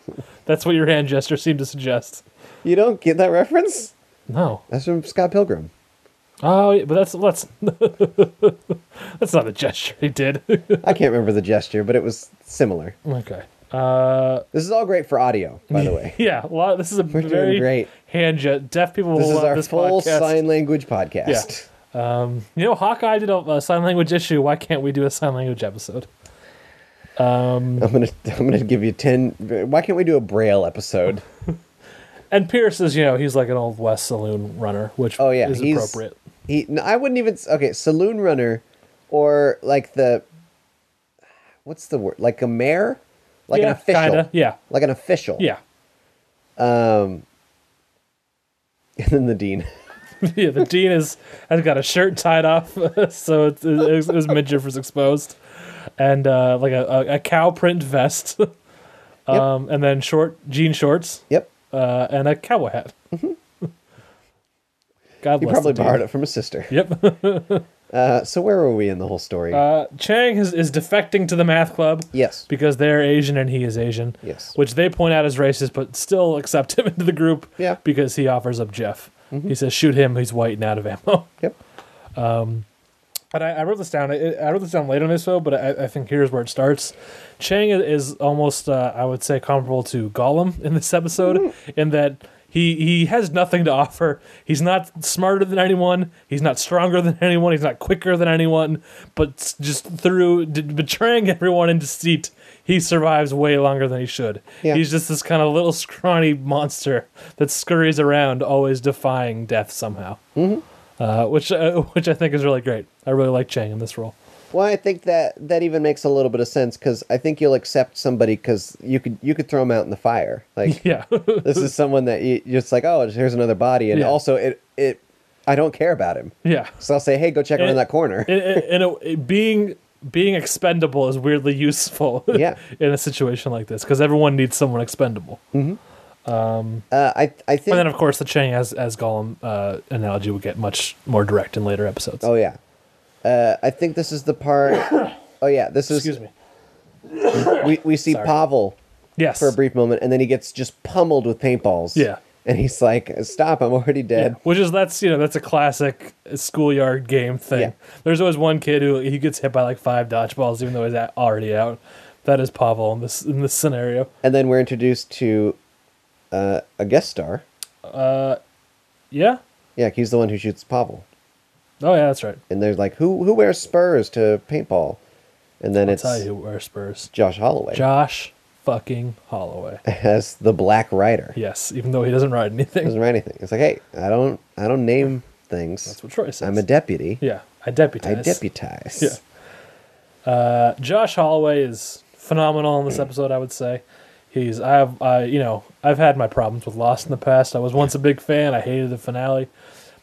[SPEAKER 8] That's what your hand gesture seemed to suggest.
[SPEAKER 7] You don't get that reference?
[SPEAKER 8] No.
[SPEAKER 7] That's from Scott Pilgrim.
[SPEAKER 8] Oh, yeah, but that's that's that's not a gesture he did.
[SPEAKER 7] I can't remember the gesture, but it was similar.
[SPEAKER 8] okay. Uh,
[SPEAKER 7] This is all great for audio, by the way.
[SPEAKER 8] Yeah, a lot. This is a
[SPEAKER 7] We're doing
[SPEAKER 8] very
[SPEAKER 7] great.
[SPEAKER 8] hand gesture. Deaf people will
[SPEAKER 7] This is
[SPEAKER 8] love
[SPEAKER 7] our
[SPEAKER 8] this
[SPEAKER 7] full
[SPEAKER 8] podcast.
[SPEAKER 7] sign language podcast.
[SPEAKER 8] you know, Hawkeye did a, a sign language issue. Why can't we do a sign language episode?
[SPEAKER 7] I'm gonna, I'm gonna give you ten. Why can't we do a braille episode?
[SPEAKER 8] And Pierce is, you know, he's like an old West saloon runner, which
[SPEAKER 7] Oh yeah,
[SPEAKER 8] is
[SPEAKER 7] he's
[SPEAKER 8] appropriate.
[SPEAKER 7] He, no, I wouldn't even. s- Okay, saloon runner, or like the, what's the word? Like a mayor, like
[SPEAKER 8] yeah,
[SPEAKER 7] an official,
[SPEAKER 8] Kinda. Yeah.
[SPEAKER 7] like an official.
[SPEAKER 8] Yeah.
[SPEAKER 7] and then the dean.
[SPEAKER 8] yeah, the dean is has got a shirt tied off, so it's, it's, his midriff is exposed, and uh, like a, a, a cow print vest, um, and then short jean shorts,
[SPEAKER 7] Yep. Mm-hmm.
[SPEAKER 8] uh, and a cowboy hat. God
[SPEAKER 7] You
[SPEAKER 8] bless
[SPEAKER 7] probably
[SPEAKER 8] the dean.
[SPEAKER 7] borrowed it from a sister.
[SPEAKER 8] Yep.
[SPEAKER 7] Uh, so where were we in the whole story?
[SPEAKER 8] Uh, Chang is, is defecting to the math club
[SPEAKER 7] yes.
[SPEAKER 8] because they're Asian and he is Asian.
[SPEAKER 7] Yes.
[SPEAKER 8] Which they point out as racist, but still accept him into the group
[SPEAKER 7] Yeah. Mm-hmm.
[SPEAKER 8] because he offers up Jeff. He says, shoot him, he's white and out of ammo.
[SPEAKER 7] Yep.
[SPEAKER 8] And I, I wrote this down. I, I wrote this down later in this show, but I, I think here's where it starts. Chang is- is almost, uh, I would say, comparable to Gollum in this episode, in that he he has nothing to offer. He's not smarter than anyone. He's not stronger than anyone. He's not quicker than anyone. But s- just through d- betraying everyone in deceit, he survives way longer than he should.
[SPEAKER 7] Yeah.
[SPEAKER 8] He's just this kind of little scrawny monster that scurries around, always defying death somehow. uh, which uh, which I think is really great. I really like Chang in this role.
[SPEAKER 7] Well, I think that that even makes a little bit of sense because I think you'll accept somebody because you could you could throw them out in the fire. Like
[SPEAKER 8] Yeah,
[SPEAKER 7] this is someone that you you're just like, oh, here's another body, and
[SPEAKER 8] Yeah.
[SPEAKER 7] also it it I don't care about him,
[SPEAKER 8] yeah.
[SPEAKER 7] so I'll say, hey, go check around that corner.
[SPEAKER 8] And, and it- it- being being expendable is weirdly useful.
[SPEAKER 7] Yeah.
[SPEAKER 8] in a situation like this because everyone needs someone expendable.
[SPEAKER 7] Mm-hmm. uh, I I think.
[SPEAKER 8] And then of course the Chang as as Gollum uh, analogy would get much more direct in later episodes.
[SPEAKER 7] oh yeah, uh, I think this is the part. oh yeah, this is.
[SPEAKER 8] excuse me.
[SPEAKER 7] We we see
[SPEAKER 8] Sorry.
[SPEAKER 7] Pavel
[SPEAKER 8] Yes.
[SPEAKER 7] for a brief moment, and then he gets just pummeled with paintballs.
[SPEAKER 8] Yeah.
[SPEAKER 7] and he's like, stop! I'm already
[SPEAKER 8] Yeah.
[SPEAKER 7] dead.
[SPEAKER 8] Which is that's you know that's a classic schoolyard game thing.
[SPEAKER 7] Yeah.
[SPEAKER 8] There's always one kid who he gets hit by like five dodgeballs even though he's at, already out. That is Pavel in this in this scenario.
[SPEAKER 7] And then we're introduced to uh, a guest star.
[SPEAKER 8] Yeah.
[SPEAKER 7] Yeah, he's the one who shoots Pavel.
[SPEAKER 8] Oh yeah, that's right.
[SPEAKER 7] And they're like, who who wears spurs to paintball? And then
[SPEAKER 8] I'll
[SPEAKER 7] it's
[SPEAKER 8] tell you who wears Spurs.
[SPEAKER 7] Josh Holloway
[SPEAKER 8] Josh fucking Holloway.
[SPEAKER 7] as the Black Rider.
[SPEAKER 8] Yes, even though he doesn't ride anything.
[SPEAKER 7] Doesn't write anything. It's like, hey, I don't I don't name things.
[SPEAKER 8] That's what Troy says.
[SPEAKER 7] I'm a deputy.
[SPEAKER 8] yeah, I deputize.
[SPEAKER 7] I deputize.
[SPEAKER 8] Yeah. Josh Holloway is phenomenal
[SPEAKER 7] Mm.
[SPEAKER 8] in this episode. I would say he's I've I you know I've had my problems with Lost in the past. I was once a big fan. I hated the finale,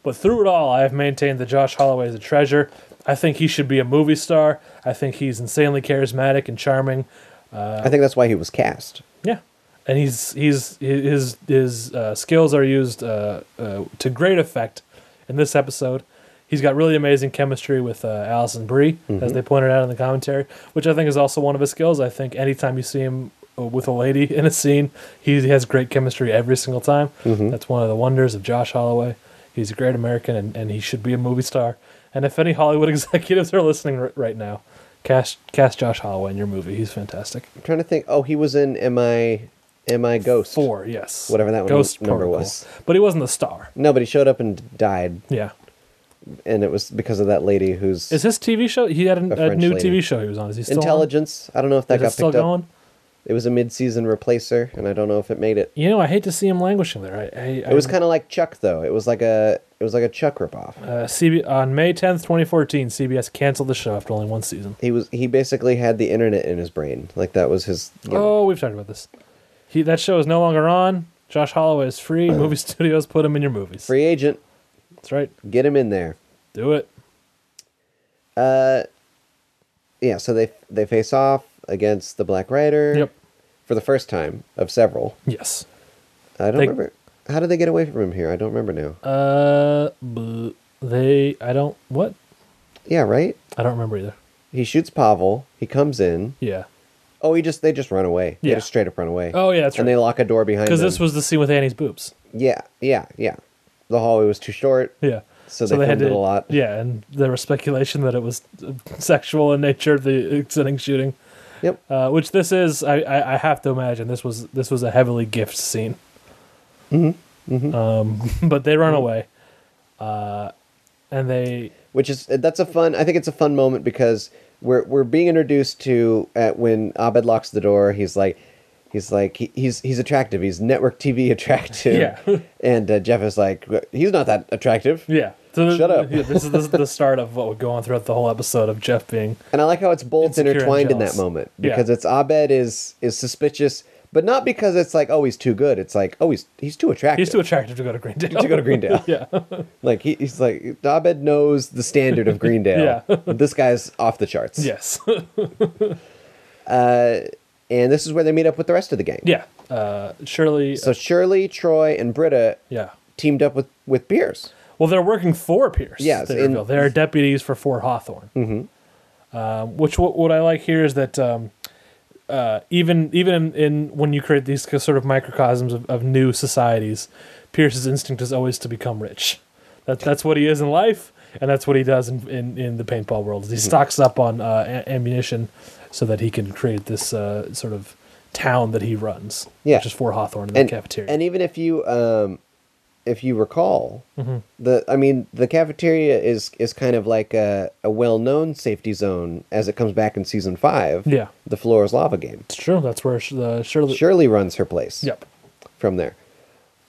[SPEAKER 8] but through it all, I have maintained that Josh Holloway is a treasure. I think he should be a movie star. I think he's insanely charismatic and charming.
[SPEAKER 7] I think that's why he was cast.
[SPEAKER 8] Yeah, and he's he's his his uh, skills are used uh, uh, to great effect in this episode. He's got really amazing chemistry with uh, Allison Brie, as they pointed out in the commentary, which I think is also one of his skills. I think anytime you see him uh, with a lady in a scene, he has great chemistry every single time. That's one of the wonders of Josh Holloway. He's a great American, and, and he should be a movie star. And if any Hollywood executives are listening r- right now, cast cast Josh Holloway in your movie. He's fantastic.
[SPEAKER 7] I'm trying to think. Oh, he was in Am I Am I Ghost?
[SPEAKER 8] Four, yes.
[SPEAKER 7] Whatever that one number was.
[SPEAKER 8] But he wasn't the star.
[SPEAKER 7] No, but he showed up and died,
[SPEAKER 8] Yeah.
[SPEAKER 7] and it was because of that lady who's
[SPEAKER 8] Is his TV show? He had an,
[SPEAKER 7] A
[SPEAKER 8] a,
[SPEAKER 7] French
[SPEAKER 8] new
[SPEAKER 7] lady.
[SPEAKER 8] TV show he was on. Is he still on?
[SPEAKER 7] intelligence. I don't know if that
[SPEAKER 8] Is it
[SPEAKER 7] got
[SPEAKER 8] still
[SPEAKER 7] picked
[SPEAKER 8] going?
[SPEAKER 7] up. It was a mid-season replacer, and I don't know if it made it.
[SPEAKER 8] You know, I hate to see him languishing there. I, I,
[SPEAKER 7] It was kind of like Chuck, though. It was like a it was like a Chuck ripoff.
[SPEAKER 8] uh, CB, on May 10th, 2014, CBS canceled the show after only one season.
[SPEAKER 7] He was he basically had the internet in his brain. Like that was his.
[SPEAKER 8] Oh, we've talked about this. He That show is no longer on. Josh Holloway is free. Movie studios put him in your movies.
[SPEAKER 7] Free agent,
[SPEAKER 8] That's right.
[SPEAKER 7] get him in there.
[SPEAKER 8] Do it.
[SPEAKER 7] Yeah, so they they face off against the Black Rider.
[SPEAKER 8] Yep.
[SPEAKER 7] For the first time of several.
[SPEAKER 8] Yes.
[SPEAKER 7] I don't
[SPEAKER 8] They-
[SPEAKER 7] remember. How did they get away from him here? I don't remember now.
[SPEAKER 8] Uh, bleh. they. I don't. What?
[SPEAKER 7] yeah, right.
[SPEAKER 8] I don't remember either.
[SPEAKER 7] He shoots Pavel. He comes in.
[SPEAKER 8] Yeah.
[SPEAKER 7] Oh, he just they just run away. They
[SPEAKER 8] Yeah.
[SPEAKER 7] just straight up run away.
[SPEAKER 8] Oh, yeah, that's
[SPEAKER 7] and
[SPEAKER 8] right.
[SPEAKER 7] they lock a door behind.
[SPEAKER 8] Because this
[SPEAKER 7] them.
[SPEAKER 8] was the scene with Annie's boobs.
[SPEAKER 7] Yeah, yeah, yeah. The hallway was too short.
[SPEAKER 8] Yeah.
[SPEAKER 7] So they filmed it a lot.
[SPEAKER 8] Yeah, and there was speculation that it was uh, sexual in nature, the exciting shooting,
[SPEAKER 7] Yep.
[SPEAKER 8] uh, which this is. I, I, I have to imagine this was this was a heavily gift scene. Mm-hmm. Um, but they run away, uh, and they
[SPEAKER 7] which is that's a fun i think it's a fun moment because we're we're being introduced to at when abed locks the door he's like he's like he, he's he's attractive he's network tv attractive
[SPEAKER 8] Yeah.
[SPEAKER 7] and uh, jeff is like he's not that attractive
[SPEAKER 8] yeah. So th-
[SPEAKER 7] Shut up.
[SPEAKER 8] yeah, this is this is the start of what would go on throughout the whole episode of Jeff being
[SPEAKER 7] and i like how it's both
[SPEAKER 8] Insecure and
[SPEAKER 7] intertwined in that
[SPEAKER 8] jealous.
[SPEAKER 7] moment
[SPEAKER 8] Yeah.
[SPEAKER 7] because it's abed is is suspicious but not because it's like oh he's too good it's like oh he's he's too attractive
[SPEAKER 8] he's too attractive to go to Greendale.
[SPEAKER 7] to go to Greendale.
[SPEAKER 8] yeah,
[SPEAKER 7] like he, he's like Abed knows the standard of Greendale.
[SPEAKER 8] Yeah.
[SPEAKER 7] this guy's off the charts.
[SPEAKER 8] yes,
[SPEAKER 7] And this is where they meet up with the rest of the gang.
[SPEAKER 8] yeah. Uh, Shirley.
[SPEAKER 7] So Shirley, Troy, and Britta
[SPEAKER 8] yeah.
[SPEAKER 7] teamed up with with Pierce.
[SPEAKER 8] Well, they're working for Pierce.
[SPEAKER 7] Yes,
[SPEAKER 8] they
[SPEAKER 7] in-
[SPEAKER 8] reveal. they're deputies for Fort Hawthorne. Mm-hmm. Um, which what, what I like here is that um, uh, even even in, in when you create these sort of microcosms of, of new societies, Pierce's instinct is always to become rich. That that's what he is in life, and that's what he does in in, in the paintball world. Is
[SPEAKER 7] Mm-hmm.
[SPEAKER 8] he stocks up on uh, a- ammunition so that he can create this uh, sort of town that he runs.
[SPEAKER 7] Yeah.
[SPEAKER 8] which is Fort Hawthorne in
[SPEAKER 7] And
[SPEAKER 8] the cafeteria.
[SPEAKER 7] and even if you um, if you recall,
[SPEAKER 8] Mm-hmm.
[SPEAKER 7] the I mean the cafeteria is is kind of like a, a well known safety zone as it comes back in season five.
[SPEAKER 8] Yeah.
[SPEAKER 7] the floor is lava game.
[SPEAKER 8] it's true. That's where Sh- the Shirley.
[SPEAKER 7] Shirley runs her place.
[SPEAKER 8] Yep.
[SPEAKER 7] from there.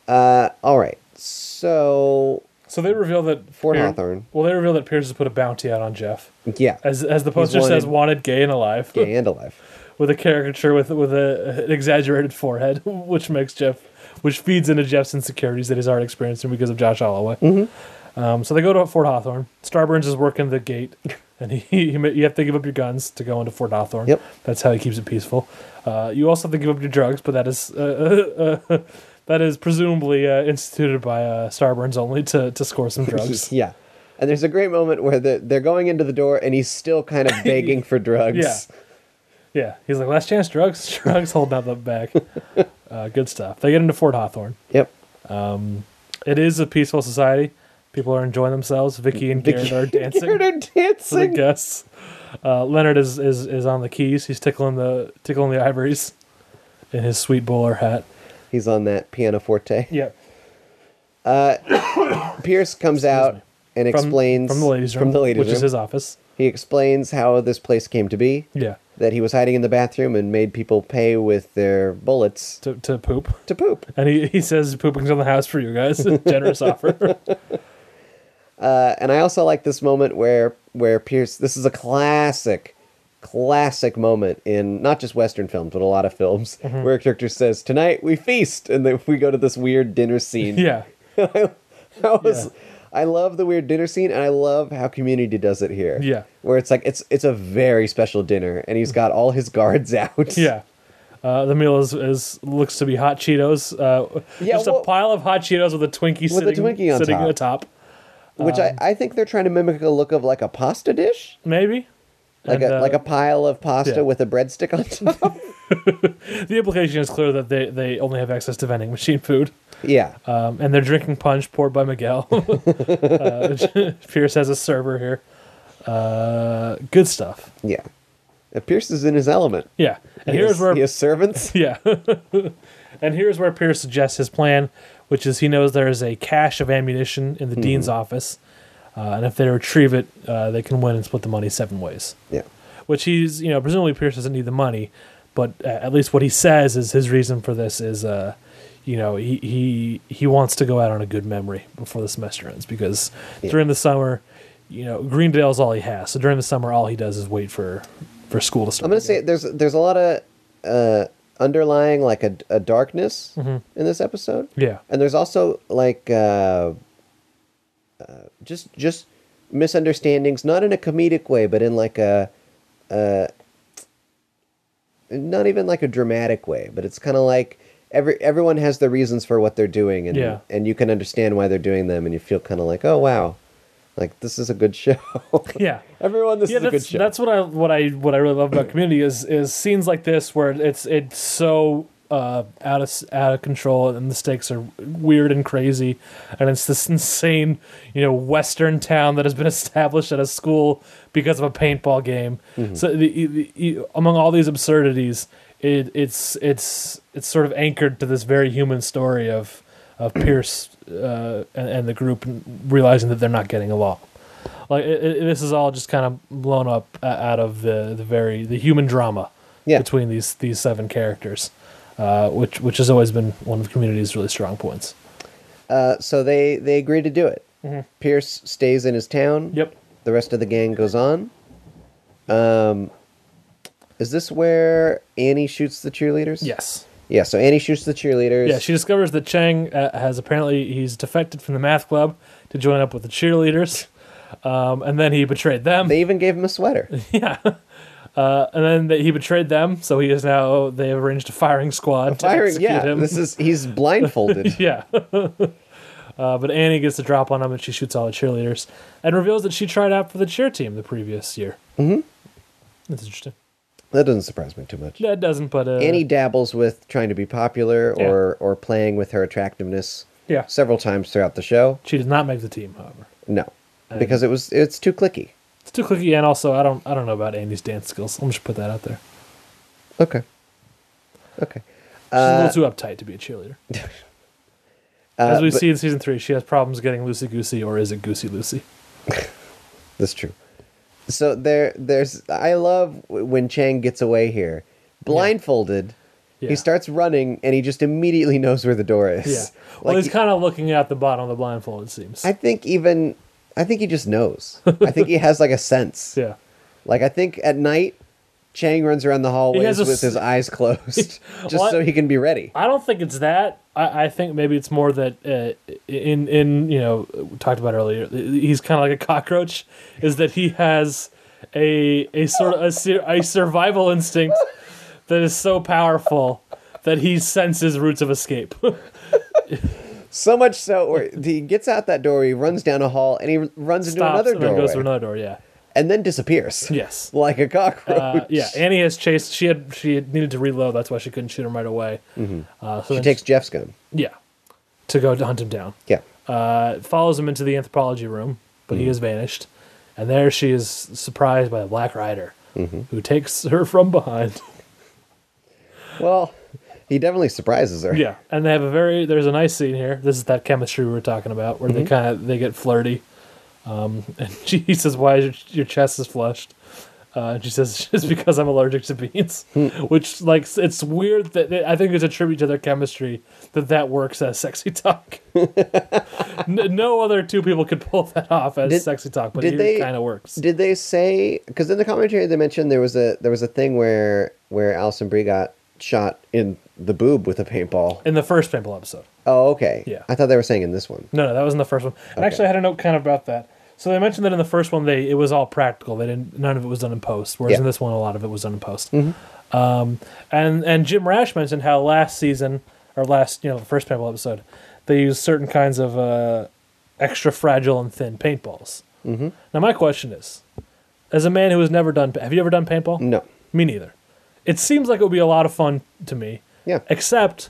[SPEAKER 7] Uh, all right, so
[SPEAKER 8] So they reveal that
[SPEAKER 7] For
[SPEAKER 8] Pier-
[SPEAKER 7] Hawthorne.
[SPEAKER 8] Well, they reveal that Pierce has put a bounty out on Jeff,
[SPEAKER 7] Yeah.
[SPEAKER 8] as as the poster
[SPEAKER 7] wanted-
[SPEAKER 8] says, wanted gay and alive,
[SPEAKER 7] gay and alive.
[SPEAKER 8] with a caricature with with a, an exaggerated forehead, which makes Jeff, which feeds into Jeff's insecurities that he's already experiencing because of Josh Holloway.
[SPEAKER 7] Mm-hmm.
[SPEAKER 8] Um, so they go to Fort Hawthorne. Starburns is working the gate, and he, he ma- you have to give up your guns to go into Fort Hawthorne.
[SPEAKER 7] Yep.
[SPEAKER 8] that's how he keeps it peaceful. Uh, you also have to give up your drugs, but that is. Uh, uh, That is presumably uh, instituted by uh, Starburns only to, to score some drugs.
[SPEAKER 7] Yeah. And there's a great moment where the, they're going into the door and he's still kind of begging for drugs.
[SPEAKER 8] Yeah. Yeah, he's like last chance drugs. Drugs holding out the back. uh, good stuff. They get into Fort Hawthorne.
[SPEAKER 7] Yep.
[SPEAKER 8] It is a peaceful society. People are enjoying themselves. Vicky and Garrett are dancing.
[SPEAKER 7] Garrett are
[SPEAKER 8] for the
[SPEAKER 7] dancing.
[SPEAKER 8] guests. Uh, Leonard is, is is on the keys. He's tickling the tickling the ivories in his sweet bowler hat.
[SPEAKER 7] He's on that pianoforte.
[SPEAKER 8] Yeah,
[SPEAKER 7] Pierce comes out and
[SPEAKER 8] from,
[SPEAKER 7] explains
[SPEAKER 8] from the ladies' room,
[SPEAKER 7] from the ladies'
[SPEAKER 8] which is
[SPEAKER 7] room.
[SPEAKER 8] his office.
[SPEAKER 7] He explains how this place came to be.
[SPEAKER 8] Yeah,
[SPEAKER 7] That he was hiding in the bathroom and made people pay with their bullets
[SPEAKER 8] to to poop.
[SPEAKER 7] to poop.
[SPEAKER 8] And he, he says pooping's on the house for you guys. Generous offer.
[SPEAKER 7] Uh, and I also like this moment where where Pierce. This is a classic, classic moment in not just Western films but a lot of films
[SPEAKER 8] Mm-hmm.
[SPEAKER 7] where a character says, "Tonight we feast," and then we go to this weird dinner scene.
[SPEAKER 8] Yeah,
[SPEAKER 7] I was,
[SPEAKER 8] Yeah.
[SPEAKER 7] I love the weird dinner scene, and I love how Community does it here.
[SPEAKER 8] Yeah.
[SPEAKER 7] where it's like it's it's a very special dinner, and he's got all his guards out.
[SPEAKER 8] yeah. Uh, the meal is, is looks to be hot Cheetos. Uh,
[SPEAKER 7] Yeah,
[SPEAKER 8] just
[SPEAKER 7] well-
[SPEAKER 8] a pile of hot Cheetos with a Twinkie
[SPEAKER 7] With
[SPEAKER 8] sitting,
[SPEAKER 7] a Twinkie on
[SPEAKER 8] sitting
[SPEAKER 7] top.
[SPEAKER 8] atop.
[SPEAKER 7] which I, I think they're trying to mimic a look of like a pasta dish,
[SPEAKER 8] Maybe
[SPEAKER 7] like
[SPEAKER 8] And,
[SPEAKER 7] a
[SPEAKER 8] uh,
[SPEAKER 7] like a pile of pasta
[SPEAKER 8] yeah.
[SPEAKER 7] with a breadstick on top.
[SPEAKER 8] the implication is clear that they, they only have access to vending machine food.
[SPEAKER 7] yeah,
[SPEAKER 8] Um, and they're drinking punch poured by Miguel. uh, Pierce has a server here. Uh, good stuff.
[SPEAKER 7] yeah. Uh, Pierce is in his element.
[SPEAKER 8] Yeah. And
[SPEAKER 7] He
[SPEAKER 8] here's
[SPEAKER 7] has-
[SPEAKER 8] where
[SPEAKER 7] he has servants.
[SPEAKER 8] yeah. and here's where Pierce suggests his plan, which is he knows there is a cache of ammunition in the dean's office. Uh, and if they retrieve it, uh, they can win and split the money seven ways.
[SPEAKER 7] yeah,
[SPEAKER 8] Which he's, you know, presumably Pierce doesn't need the money, but uh, at least what he says is his reason for this is, uh, you know, he, he he wants to go out on a good memory before the semester ends because during the summer, you know, Greendale's all he has. So during the summer, all he does is wait for for school to start.
[SPEAKER 7] I'm gonna say there's there's a lot of uh, underlying like a, a darkness
[SPEAKER 8] Mm-hmm.
[SPEAKER 7] in this episode.
[SPEAKER 8] Yeah.
[SPEAKER 7] and there's also like uh, uh, just just misunderstandings, not in a comedic way, but in like a uh, not even like a dramatic way, but it's kind of like every everyone has their reasons for what they're doing, and
[SPEAKER 8] Yeah.
[SPEAKER 7] and you can understand why they're doing them, and you feel kind of like, oh wow, like this is a good show.
[SPEAKER 8] Yeah.
[SPEAKER 7] everyone, this
[SPEAKER 8] yeah,
[SPEAKER 7] is a
[SPEAKER 8] that's,
[SPEAKER 7] good show.
[SPEAKER 8] that's what I what I what I really love about Community is is scenes like this where it's it's so uh, out of s- out of control and the stakes are weird and crazy, and it's this insane you know Western town that has been established at a school because of a paintball game.
[SPEAKER 7] Mm-hmm.
[SPEAKER 8] So the, the, the- among all these absurdities, it, it's it's it's sort of anchored to this very human story of of Pierce uh, and, and the group realizing that they're not getting along like it, it, this is all just kind of blown up uh, out of the the very the human drama
[SPEAKER 7] Yeah.
[SPEAKER 8] between these these seven characters uh, which which has always been one of the community's really strong points
[SPEAKER 7] Uh, so they they agree to do it.
[SPEAKER 8] Mm-hmm.
[SPEAKER 7] Pierce stays in his town.
[SPEAKER 8] Yep.
[SPEAKER 7] The rest of the gang goes on. Um, is this where Annie shoots the cheerleaders?
[SPEAKER 8] yes
[SPEAKER 7] Yeah. So Annie shoots the cheerleaders.
[SPEAKER 8] yeah she discovers that chang uh, has apparently he's defected from the math club to join up with the cheerleaders um, and then he betrayed them
[SPEAKER 7] They even gave him a sweater.
[SPEAKER 8] yeah Uh, and then that he betrayed them, so he is now. They have arranged a firing squad to
[SPEAKER 7] Firing.
[SPEAKER 8] execute
[SPEAKER 7] Yeah.
[SPEAKER 8] him.
[SPEAKER 7] This is he's blindfolded.
[SPEAKER 8] Yeah. uh, but Annie gets the drop on him and she shoots all the cheerleaders and reveals that she tried out for the cheer team the previous year. Mm-hmm. That's interesting.
[SPEAKER 7] that doesn't surprise me too much.
[SPEAKER 8] That doesn't, but uh,
[SPEAKER 7] Annie dabbles with trying to be popular
[SPEAKER 8] Yeah.
[SPEAKER 7] or or playing with her attractiveness.
[SPEAKER 8] Yeah.
[SPEAKER 7] Several times throughout the show.
[SPEAKER 8] she did not make the team, however.
[SPEAKER 7] No.
[SPEAKER 8] Uh,
[SPEAKER 7] Because it was it's too clicky.
[SPEAKER 8] It's too clicky, and also I don't I don't know about Annie's dance skills. I'm just put that out there.
[SPEAKER 7] Okay. Okay.
[SPEAKER 8] She's a
[SPEAKER 7] Uh,
[SPEAKER 8] little too uptight to be a cheerleader. As we see in season three, she has problems getting loosey goosey, or is it goosey loosey?
[SPEAKER 7] That's true. So there, there's. I love w- when Chang gets away here, blindfolded,
[SPEAKER 8] Yeah.
[SPEAKER 7] He starts running and he just immediately knows where the door is.
[SPEAKER 8] Yeah. Well,
[SPEAKER 7] Like,
[SPEAKER 8] he's kind of looking at the bottom of the blindfold, it seems.
[SPEAKER 7] I think even I think he just knows. I think he has like a sense.
[SPEAKER 8] yeah.
[SPEAKER 7] Like I think at night Chang runs around the hallways
[SPEAKER 8] has a
[SPEAKER 7] with his
[SPEAKER 8] s-
[SPEAKER 7] eyes closed just
[SPEAKER 8] Well, I-
[SPEAKER 7] so he can be ready.
[SPEAKER 8] I don't think it's that. I, I think maybe it's more that uh, in in you know we talked about earlier. He's kind of like a cockroach. Is that he has a a sort of a, sur- a survival instinct that is so powerful that he senses routes of escape.
[SPEAKER 7] So much so where he gets out that door, he runs down a hall and he r- runs into
[SPEAKER 8] Stops
[SPEAKER 7] another
[SPEAKER 8] and then
[SPEAKER 7] doorway
[SPEAKER 8] goes through another door. Yeah,
[SPEAKER 7] and then disappears.
[SPEAKER 8] Yes.
[SPEAKER 7] like a cockroach.
[SPEAKER 8] uh, yeah. Annie has chased. She had she had needed to reload. That's why she couldn't shoot him right away. Uh, so
[SPEAKER 7] She
[SPEAKER 8] then
[SPEAKER 7] takes Jeff's gun.
[SPEAKER 8] yeah to go to hunt him down.
[SPEAKER 7] Yeah.
[SPEAKER 8] uh, follows him into the anthropology room, but he has vanished. And there she is surprised by a black rider who takes her from behind.
[SPEAKER 7] Well, he definitely surprises her.
[SPEAKER 8] yeah. And they have a very there's a nice scene here. This is that chemistry we were talking about where
[SPEAKER 7] Mhm.
[SPEAKER 8] they kind of they get flirty. Um, and she says, "Why is your, your chest is flushed?" Uh, and she says, "Just because I'm allergic to beans."
[SPEAKER 7] Hmm.
[SPEAKER 8] Which like it's weird that that- I think it's a tribute to their chemistry that that works as sexy talk. N- no other two people could pull that off as
[SPEAKER 7] Did-
[SPEAKER 8] sexy talk, but
[SPEAKER 7] did
[SPEAKER 8] here
[SPEAKER 7] they-
[SPEAKER 8] it kind of works.
[SPEAKER 7] Did they say? Because in the commentary they mentioned there was a there was a thing where where Alison Brie got shot in the boob with a paintball.
[SPEAKER 8] in the first paintball episode.
[SPEAKER 7] Oh, okay.
[SPEAKER 8] Yeah.
[SPEAKER 7] I thought they were saying in this one.
[SPEAKER 8] No, no, that was in the first one. And actually, I had a note kind of about that. So they mentioned that in the first one, they it was all practical. They didn't none of it was done in post. Whereas
[SPEAKER 7] Yeah. Mm-hmm.
[SPEAKER 8] in this one, a lot of it was done in post. Um, and and Jim Rash mentioned how last season or last you know the first paintball episode, they used certain kinds of uh, extra fragile and thin paintballs. Mm-hmm. Now my question is, as a man who has never done, have you ever done paintball?
[SPEAKER 7] No.
[SPEAKER 8] me neither. It seems like it would be a lot of fun to me.
[SPEAKER 7] Yeah.
[SPEAKER 8] Except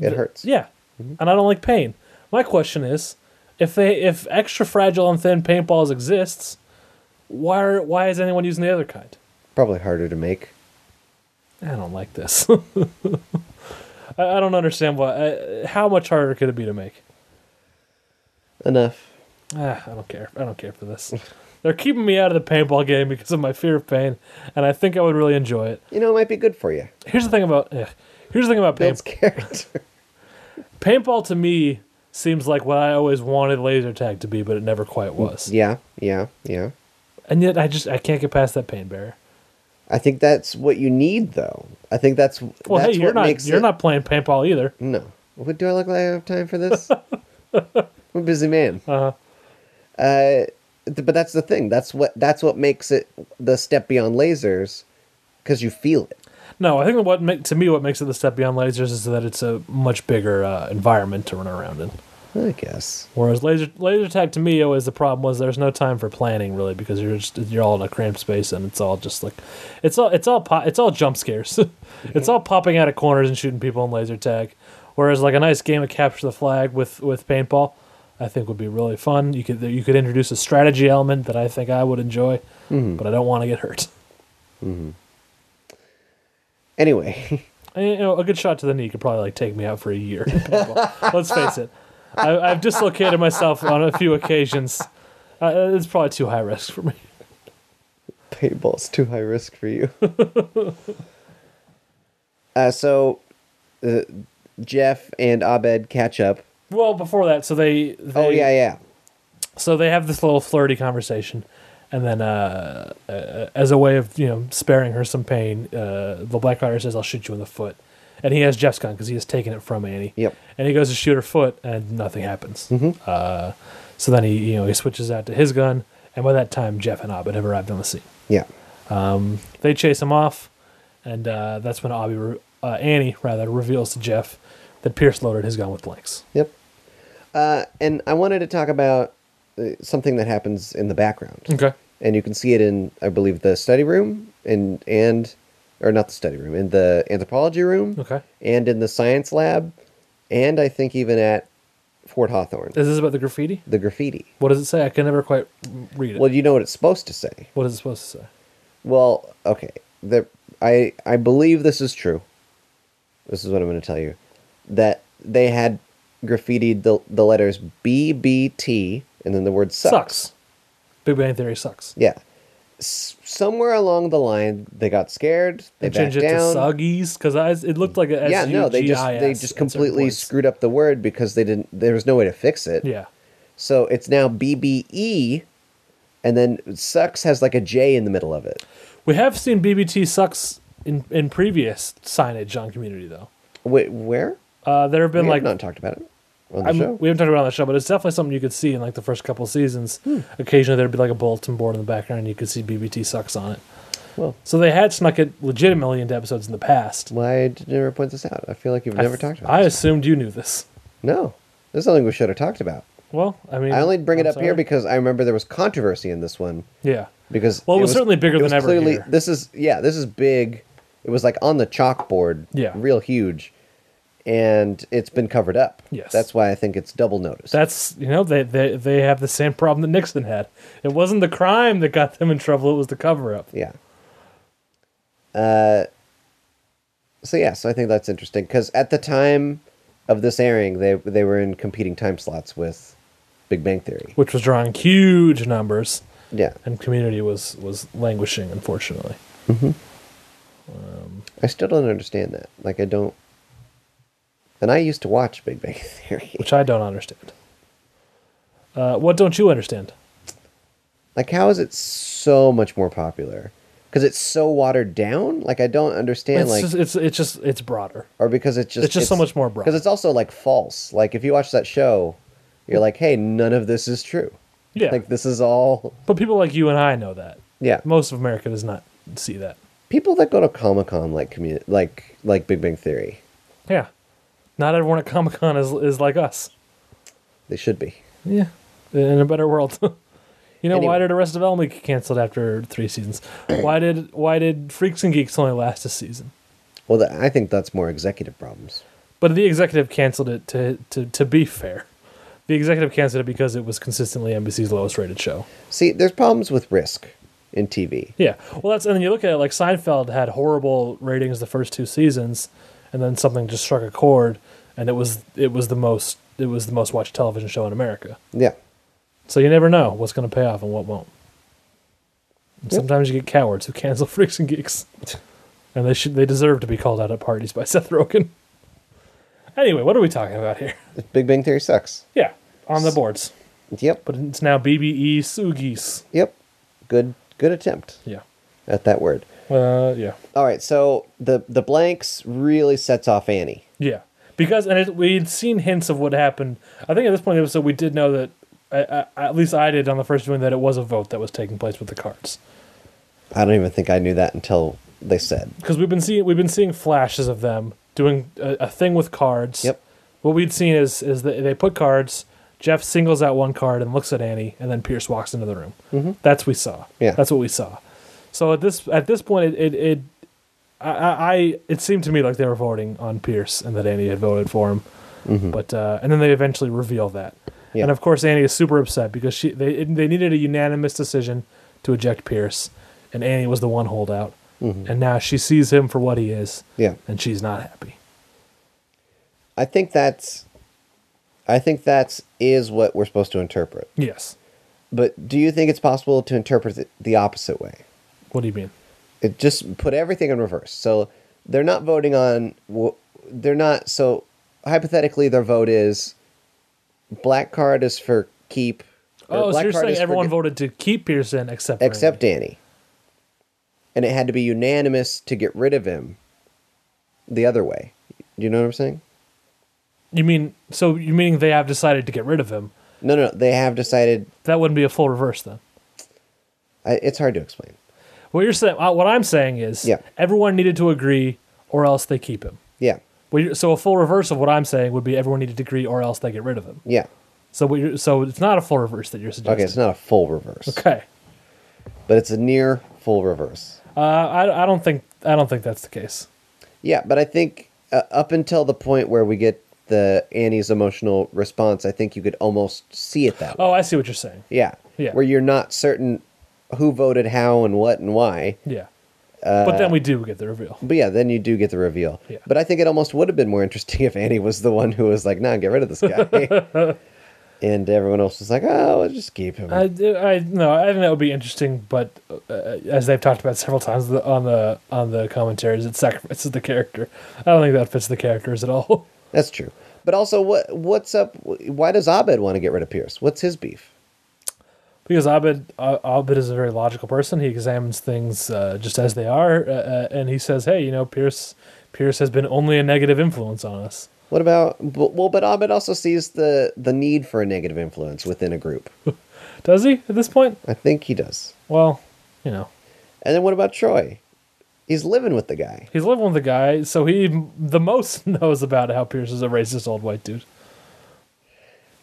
[SPEAKER 7] It hurts.
[SPEAKER 8] yeah, and I don't like pain. My question is, if they if extra fragile and thin paintballs exists, why are, why is anyone using the other kind?
[SPEAKER 7] Probably harder to make.
[SPEAKER 8] I don't like this. I, I don't understand why. Uh, how much harder could it be to make?
[SPEAKER 7] Enough.
[SPEAKER 8] Ah, I don't care. I don't care for this. They're keeping me out of the paintball game because of my fear of pain, and I think I would really enjoy it.
[SPEAKER 7] You know, it might be good for you.
[SPEAKER 8] Here's the thing about eh, here's the thing about
[SPEAKER 7] Builds
[SPEAKER 8] paint,
[SPEAKER 7] character.
[SPEAKER 8] paintball. To me, seems like what I always wanted laser tag to be, but it never quite was.
[SPEAKER 7] yeah. Yeah. Yeah.
[SPEAKER 8] And yet I just I can't get past that pain barrier.
[SPEAKER 7] I think that's what you need, though. I think that's
[SPEAKER 8] Well,
[SPEAKER 7] that's
[SPEAKER 8] hey, you're
[SPEAKER 7] what
[SPEAKER 8] not
[SPEAKER 7] makes
[SPEAKER 8] you're
[SPEAKER 7] it-
[SPEAKER 8] not playing paintball either.
[SPEAKER 7] No. What do I look like? I have time for this. I'm a busy man.
[SPEAKER 8] Uh,
[SPEAKER 7] Uh-huh. Uh, but that's the thing. That's what that's what makes it the step beyond lasers, because you feel it.
[SPEAKER 8] No, I think what ma- to me what makes it the step beyond lasers is that it's a much bigger uh, environment to run around in.
[SPEAKER 7] I guess.
[SPEAKER 8] Whereas laser laser tag to me always the problem was there's no time for planning really because you're just you're all in a cramped space and it's all just like it's all it's all po- it's all jump scares. it's all popping out of corners and shooting people in laser tag. Whereas like a nice game of capture the flag with with paintball, I think would be really fun. You could you could introduce a strategy element that I think I would enjoy, but I don't want to get hurt.
[SPEAKER 7] Anyway,
[SPEAKER 8] And, Uh, you know, a good shot to the knee could probably like take me out for a year. in paintball. Let's face it, I, I've dislocated myself on a few occasions. Uh, it's probably too high risk for me.
[SPEAKER 7] paintball's too high risk for you. uh, so, uh, Jeff and Abed catch up.
[SPEAKER 8] Well, before that, so they, they
[SPEAKER 7] Oh yeah, yeah.
[SPEAKER 8] so they have this little flirty conversation, and then uh, uh, as a way of you know sparing her some pain, uh, the black rider says, "I'll shoot you in the foot," and he has Jeff's gun because he has taken it from Annie.
[SPEAKER 7] Yep.
[SPEAKER 8] And he goes to shoot her foot, and nothing happens. Uh, so then he you know he switches out to his gun, and by that time Jeff and Abed have arrived on the scene.
[SPEAKER 7] Yeah.
[SPEAKER 8] They chase him off, and uh, that's when Abby re- uh, Annie rather reveals to Jeff that Pierce loaded his gun with blanks.
[SPEAKER 7] Yep. Uh, and I wanted to talk about uh, something that happens in the background.
[SPEAKER 8] Okay.
[SPEAKER 7] and you can see it in I believe the study room and and or not the study room in the anthropology room
[SPEAKER 8] Okay.
[SPEAKER 7] and in the science lab and I think even at Fort Hawthorne
[SPEAKER 8] Is this about the graffiti?
[SPEAKER 7] the graffiti.
[SPEAKER 8] What does it say? I can never quite read it.
[SPEAKER 7] Well, you know what it's supposed to say.
[SPEAKER 8] what is it supposed to say?
[SPEAKER 7] Well, okay. The, I I believe this is true. This is what I'm going to tell you that they had graffitied the the letters BBT and then the word sucks.
[SPEAKER 8] Big Bang Theory sucks.
[SPEAKER 7] Yeah. s- somewhere along the line they got scared. They,
[SPEAKER 8] They changed
[SPEAKER 7] backed
[SPEAKER 8] it
[SPEAKER 7] down.
[SPEAKER 8] to Suggies because it looked like a
[SPEAKER 7] yeah, no, they just they
[SPEAKER 8] S-U-G-I-S
[SPEAKER 7] just
[SPEAKER 8] at certain
[SPEAKER 7] completely
[SPEAKER 8] points.
[SPEAKER 7] screwed up the word because they didn't. There was no way to fix it.
[SPEAKER 8] Yeah,
[SPEAKER 7] So it's now BBE, and then sucks has like a J in the middle of it.
[SPEAKER 8] we have seen BBT sucks in in previous signage on community though.
[SPEAKER 7] Wait, where?
[SPEAKER 8] Uh, there have been
[SPEAKER 7] we
[SPEAKER 8] like
[SPEAKER 7] have not talked about it on the
[SPEAKER 8] I'm-
[SPEAKER 7] show.
[SPEAKER 8] we haven't talked about it on the show, but it's definitely something you could see in like the first couple of seasons.
[SPEAKER 7] Hmm.
[SPEAKER 8] Occasionally, there'd be like a bulletin board in the background, and you could see BBT sucks on it.
[SPEAKER 7] Well.
[SPEAKER 8] so they had snuck it legitimately into episodes in the past.
[SPEAKER 7] Why did you never point this out? I feel like you've never talked about.
[SPEAKER 8] I
[SPEAKER 7] this.
[SPEAKER 8] assumed you knew this.
[SPEAKER 7] no, this is something we should have talked about.
[SPEAKER 8] Well, I mean,
[SPEAKER 7] I only bring it
[SPEAKER 8] I'm
[SPEAKER 7] up here
[SPEAKER 8] sorry.
[SPEAKER 7] because I remember there was controversy in this one
[SPEAKER 8] yeah,
[SPEAKER 7] because
[SPEAKER 8] Well, it was certainly bigger
[SPEAKER 7] it
[SPEAKER 8] than
[SPEAKER 7] was
[SPEAKER 8] ever
[SPEAKER 7] Clearly,
[SPEAKER 8] here.
[SPEAKER 7] this is yeah, this is big. It was like on the chalkboard,
[SPEAKER 8] Yeah.
[SPEAKER 7] real huge, and it's been covered up.
[SPEAKER 8] Yes.
[SPEAKER 7] that's why I think it's double noticed.
[SPEAKER 8] that's you know they, they they have the same problem that Nixon had. It wasn't the crime that got them in trouble; it was the cover up.
[SPEAKER 7] Yeah. Uh, so yeah, so I think that's interesting because at the time of this airing, they they were in competing time slots with Big Bang Theory.
[SPEAKER 8] which was drawing huge numbers,
[SPEAKER 7] Yeah,
[SPEAKER 8] and Community was was languishing, unfortunately.
[SPEAKER 7] I still don't understand that. Like, I don't. And I used to watch Big Bang Theory.
[SPEAKER 8] which I don't understand. Uh, what don't you understand?
[SPEAKER 7] Like, how is it so much more popular? Because it's so watered down. Like, I don't understand.
[SPEAKER 8] It's
[SPEAKER 7] like,
[SPEAKER 8] just, it's it's just it's broader.
[SPEAKER 7] or because it's just
[SPEAKER 8] It's just so much more broad.
[SPEAKER 7] Because it's also like false. Like, if you watch that show, you're like, hey, none of this is true.
[SPEAKER 8] Yeah,
[SPEAKER 7] Like, this is all
[SPEAKER 8] but people like you and I know that.
[SPEAKER 7] Yeah.
[SPEAKER 8] most of America does not see that.
[SPEAKER 7] people that go to Comic Con like community like like Big Bang Theory.
[SPEAKER 8] Yeah, not everyone at Comic Con is is like us.
[SPEAKER 7] They should be.
[SPEAKER 8] Yeah, in a better world. you know why
[SPEAKER 7] Anyway.
[SPEAKER 8] did Arrested Development get canceled after three seasons? why did why did Freaks and Geeks only last a season?
[SPEAKER 7] Well, that, I think that's more executive problems.
[SPEAKER 8] But the executive canceled it to to to be fair. The executive canceled it because it was consistently NBC's lowest rated show.
[SPEAKER 7] See, there's problems with risk in TV.
[SPEAKER 8] Yeah. Well, that's and then you look at it like Seinfeld had horrible ratings the first two seasons, and then something just struck a chord, and it was it was the most it was the most watched television show in America.
[SPEAKER 7] Yeah,
[SPEAKER 8] So you never know what's going to pay off and what won't. And Sometimes you get cowards who cancel freaks and geeks, and they should they deserve to be called out at parties by Seth Rogen. Anyway, what are we talking about here?
[SPEAKER 7] Big Bang Theory sucks.
[SPEAKER 8] Yeah, on the boards,
[SPEAKER 7] Yep,
[SPEAKER 8] but it's now BBE Sugis.
[SPEAKER 7] yep. Good, good attempt
[SPEAKER 8] Yeah.
[SPEAKER 7] at that word.
[SPEAKER 8] Uh, yeah.
[SPEAKER 7] All right, so the the blanks really sets off Annie.
[SPEAKER 8] Yeah, because and it, we'd seen hints of what happened. I think at this point in the episode, we did know that I, I, at least I did on the first viewing that it was a vote that was taking place with the cards.
[SPEAKER 7] I don't even think I knew that until they said.
[SPEAKER 8] Because we've been seeing we've been seeing flashes of them doing a, a thing with cards.
[SPEAKER 7] Yep.
[SPEAKER 8] What we'd seen is is that they put cards. Jeff singles out one card and looks at Annie, and then Pierce walks into the room. Mm-hmm. That's we saw.
[SPEAKER 7] Yeah.
[SPEAKER 8] That's what we saw. So at this at this point, it it, it I, I I- it seemed to me like they were voting on Pierce and that Annie had voted for him. But uh, and then they eventually reveal that,
[SPEAKER 7] Mm-hmm. Yeah.
[SPEAKER 8] and of course Annie is super upset because she they it- they needed a unanimous decision to eject Pierce, and Annie was the one holdout, and now she sees him for what he is,
[SPEAKER 7] Mm-hmm. Yeah.
[SPEAKER 8] and she's not happy.
[SPEAKER 7] I think that's, I think that's is what we're supposed to interpret.
[SPEAKER 8] Yes.
[SPEAKER 7] But do you think it's possible to interpret it the opposite way?
[SPEAKER 8] What do you mean?
[SPEAKER 7] it just put everything in reverse. So they're not voting on. wh- They're not. So hypothetically, their vote is black card is for keep. or
[SPEAKER 8] Oh, so
[SPEAKER 7] black
[SPEAKER 8] you're
[SPEAKER 7] card
[SPEAKER 8] saying
[SPEAKER 7] is for
[SPEAKER 8] everyone
[SPEAKER 7] get-
[SPEAKER 8] voted to keep Pearson except for
[SPEAKER 7] except
[SPEAKER 8] Andy.
[SPEAKER 7] Danny, and it had to be unanimous to get rid of him. The other way, do you know what I'm saying?
[SPEAKER 8] You mean so you meaning they have decided to get rid of him?
[SPEAKER 7] No, no, no, they have decided.
[SPEAKER 8] That wouldn't be a full reverse then.
[SPEAKER 7] I, it's hard to explain.
[SPEAKER 8] What you're saying, uh, what I'm saying is,
[SPEAKER 7] Yeah.
[SPEAKER 8] everyone needed to agree, or else they keep him.
[SPEAKER 7] Yeah,
[SPEAKER 8] What you're- so a full reverse of what I'm saying would be everyone needed to agree, or else they get rid of him.
[SPEAKER 7] yeah.
[SPEAKER 8] So what you're, so it's not a full reverse that you're
[SPEAKER 7] Okay,
[SPEAKER 8] suggesting.
[SPEAKER 7] it's not a full reverse,
[SPEAKER 8] Okay.
[SPEAKER 7] but it's a near full reverse.
[SPEAKER 8] Uh, I, I don't think I don't think that's the case.
[SPEAKER 7] Yeah, but I think uh, up until the point where we get the Annie's emotional response, I think you could almost see it that way.
[SPEAKER 8] Oh, I see what you're saying.
[SPEAKER 7] yeah.
[SPEAKER 8] yeah.
[SPEAKER 7] Where you're not certain who voted how and what and why.
[SPEAKER 8] Yeah. but
[SPEAKER 7] Uh,
[SPEAKER 8] then we do get the reveal.
[SPEAKER 7] But yeah, then you do get the reveal.
[SPEAKER 8] Yeah.
[SPEAKER 7] But I think it almost would have been more interesting if Annie was the one who was like, nah, get rid of this guy. and everyone else was like, "Oh, we'll just keep him."
[SPEAKER 8] I, do- I no, I think that would be interesting, but uh, as they've talked about several times the- on the on the commentaries, it sacrifices the character. I don't think that fits the characters at all.
[SPEAKER 7] That's true. But also, what what's up? Why does Abed want to get rid of Pierce? What's his beef?
[SPEAKER 8] because Abed uh, Abed is a very logical person. He examines things uh, just as they are, uh, uh, and he says, "Hey, you know, Pierce Pierce has been only a negative influence on us."
[SPEAKER 7] What about but- well? But Abed also sees the the need for a negative influence within a group.
[SPEAKER 8] Does he at this point?
[SPEAKER 7] I think he does.
[SPEAKER 8] Well, you know,
[SPEAKER 7] And then what about Troy? He's living with the guy.
[SPEAKER 8] he's living with the guy, so he m- the most knows about how Pierce is a racist old white dude.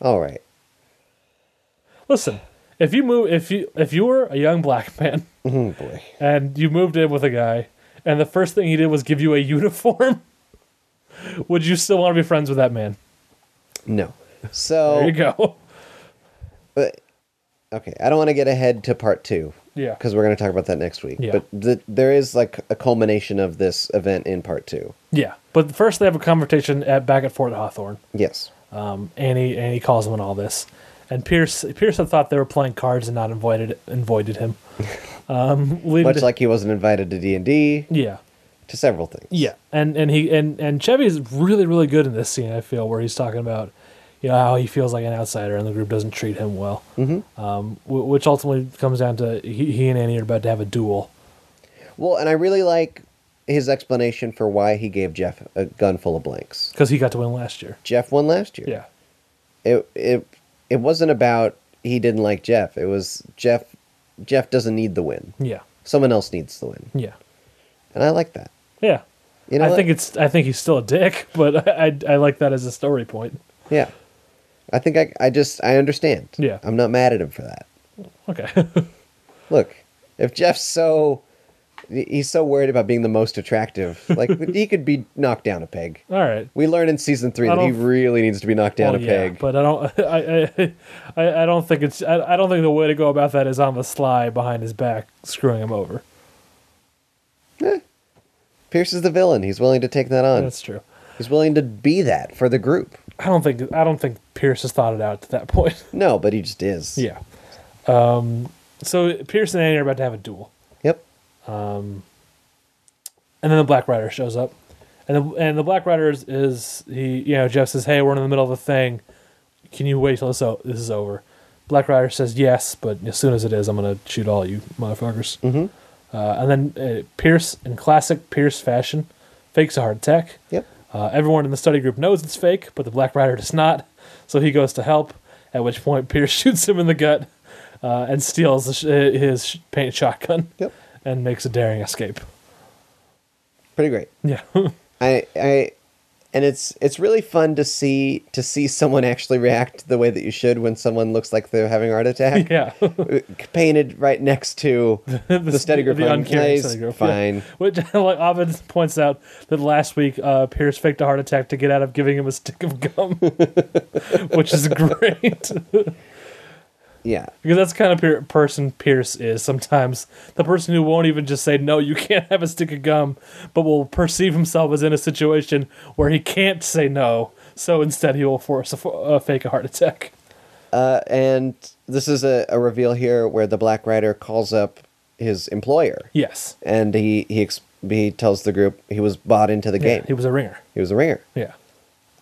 [SPEAKER 7] All right.
[SPEAKER 8] Listen, if you move, if you if you were a young black man
[SPEAKER 7] Oh boy.
[SPEAKER 8] and you moved in with a guy, and the first thing he did was give you a uniform, would you still want to be friends with that man?
[SPEAKER 7] No.
[SPEAKER 8] There
[SPEAKER 7] So
[SPEAKER 8] you go.
[SPEAKER 7] okay, I don't want to get ahead to part two
[SPEAKER 8] Yeah.
[SPEAKER 7] because we're going to talk about that next week.
[SPEAKER 8] Yeah.
[SPEAKER 7] But th- there is like a culmination of this event in part two.
[SPEAKER 8] Yeah, but first they have a confrontation at back at Fort Hawthorne.
[SPEAKER 7] Yes.
[SPEAKER 8] Um, Annie Annie calls him on all this, and Pierce Pierce had thought they were playing cards and not invited invited him. Um, leading
[SPEAKER 7] Much
[SPEAKER 8] to-
[SPEAKER 7] like he wasn't invited to D and D
[SPEAKER 8] yeah,
[SPEAKER 7] to several things.
[SPEAKER 8] yeah, and and he and and Chevy is really really good in this scene. I feel where he's talking about you know how he feels like an outsider and the group doesn't treat him well, mm-hmm. um, w- which ultimately comes down to he, he and Annie are about to have a duel.
[SPEAKER 7] Well, and I really like his explanation for why he gave Jeff a gun full of blanks.
[SPEAKER 8] because he got to win last year.
[SPEAKER 7] Jeff won last year.
[SPEAKER 8] Yeah,
[SPEAKER 7] It it it wasn't about he didn't like Jeff. It was Jeff Jeff doesn't need the win.
[SPEAKER 8] yeah,
[SPEAKER 7] Someone else needs the win.
[SPEAKER 8] yeah,
[SPEAKER 7] And I like that.
[SPEAKER 8] yeah.
[SPEAKER 7] You know
[SPEAKER 8] I
[SPEAKER 7] what?
[SPEAKER 8] think it's I think he's still a dick, but I, I I like that as a story point.
[SPEAKER 7] Yeah. I think I I just I understand.
[SPEAKER 8] Yeah.
[SPEAKER 7] I'm not mad at him for that.
[SPEAKER 8] Okay.
[SPEAKER 7] Look, if Jeff's so he's so worried about being the most attractive, like he could be knocked down a peg.
[SPEAKER 8] All right.
[SPEAKER 7] We learn in season three
[SPEAKER 8] I
[SPEAKER 7] that he
[SPEAKER 8] don't-
[SPEAKER 7] really needs to be knocked down
[SPEAKER 8] Well,
[SPEAKER 7] a
[SPEAKER 8] yeah,
[SPEAKER 7] peg.
[SPEAKER 8] but I don't I, I I I don't think it's I, I don't think the way to go about that is on the sly behind his back screwing him over.
[SPEAKER 7] Pierce is the villain. He's willing to take that on.
[SPEAKER 8] That's true.
[SPEAKER 7] He's willing to be that for the group.
[SPEAKER 8] I don't think I don't think Pierce has thought it out to that point.
[SPEAKER 7] No, but he just is.
[SPEAKER 8] yeah. Um so Pierce and Annie are about to have a duel.
[SPEAKER 7] Yep.
[SPEAKER 8] And then the Black Rider shows up. And the, and the Black Rider is, is he you know Jeff says hey we're in the middle of a thing, can you wait till this o- this is over? Black Rider says yes, but as soon as it is, I'm gonna shoot all you motherfuckers. Mm-hmm. Uh, and then uh, Pierce, in classic Pierce fashion, fakes a heart attack.
[SPEAKER 7] Yep.
[SPEAKER 8] Uh, everyone in the study group knows it's fake, but the Black Rider does not, so he goes to help. At which point, Pierce shoots him in the gut uh, and steals the sh- uh, his sh- paint shotgun
[SPEAKER 7] Yep.
[SPEAKER 8] and makes a daring escape.
[SPEAKER 7] Pretty great.
[SPEAKER 8] Yeah,
[SPEAKER 7] I I and it's it's really fun to see to see someone actually react the way that you should when someone looks like they're having a heart attack. Uh,
[SPEAKER 8] yeah.
[SPEAKER 7] Painted right next to the, study group.
[SPEAKER 8] the
[SPEAKER 7] going,
[SPEAKER 8] uncaring
[SPEAKER 7] "Nice,
[SPEAKER 8] study group. yeah.
[SPEAKER 7] Fine.
[SPEAKER 8] Which, like Ovid points out, that last week uh, Pierce faked a heart attack to get out of giving him a stick of gum, which is great because
[SPEAKER 7] Yeah.
[SPEAKER 8] that's the kind of per- person Pierce is. Sometimes the person who won't even just say no, you can't have a stick of gum, but will perceive himself as in a situation where he can't say no, so instead he will force a, fo- uh, fake a heart attack.
[SPEAKER 7] Uh, and this is a, a reveal here where the Black Rider calls up his employer,
[SPEAKER 8] Yes,
[SPEAKER 7] and he he ex- he tells the group he was bought into the game.
[SPEAKER 8] yeah, he was a ringer.
[SPEAKER 7] He was a ringer.
[SPEAKER 8] Yeah,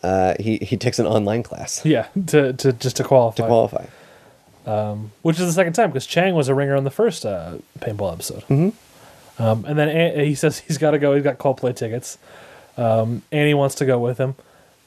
[SPEAKER 7] Uh, he he takes an online class
[SPEAKER 8] yeah, to to just to qualify.
[SPEAKER 7] to qualify.
[SPEAKER 8] which is the second time because Chang was a ringer on the first uh, paintball episode. Mm-hmm. Um, and then An- he says he's got to go. He's got Coldplay tickets. Um, Annie wants to go with him,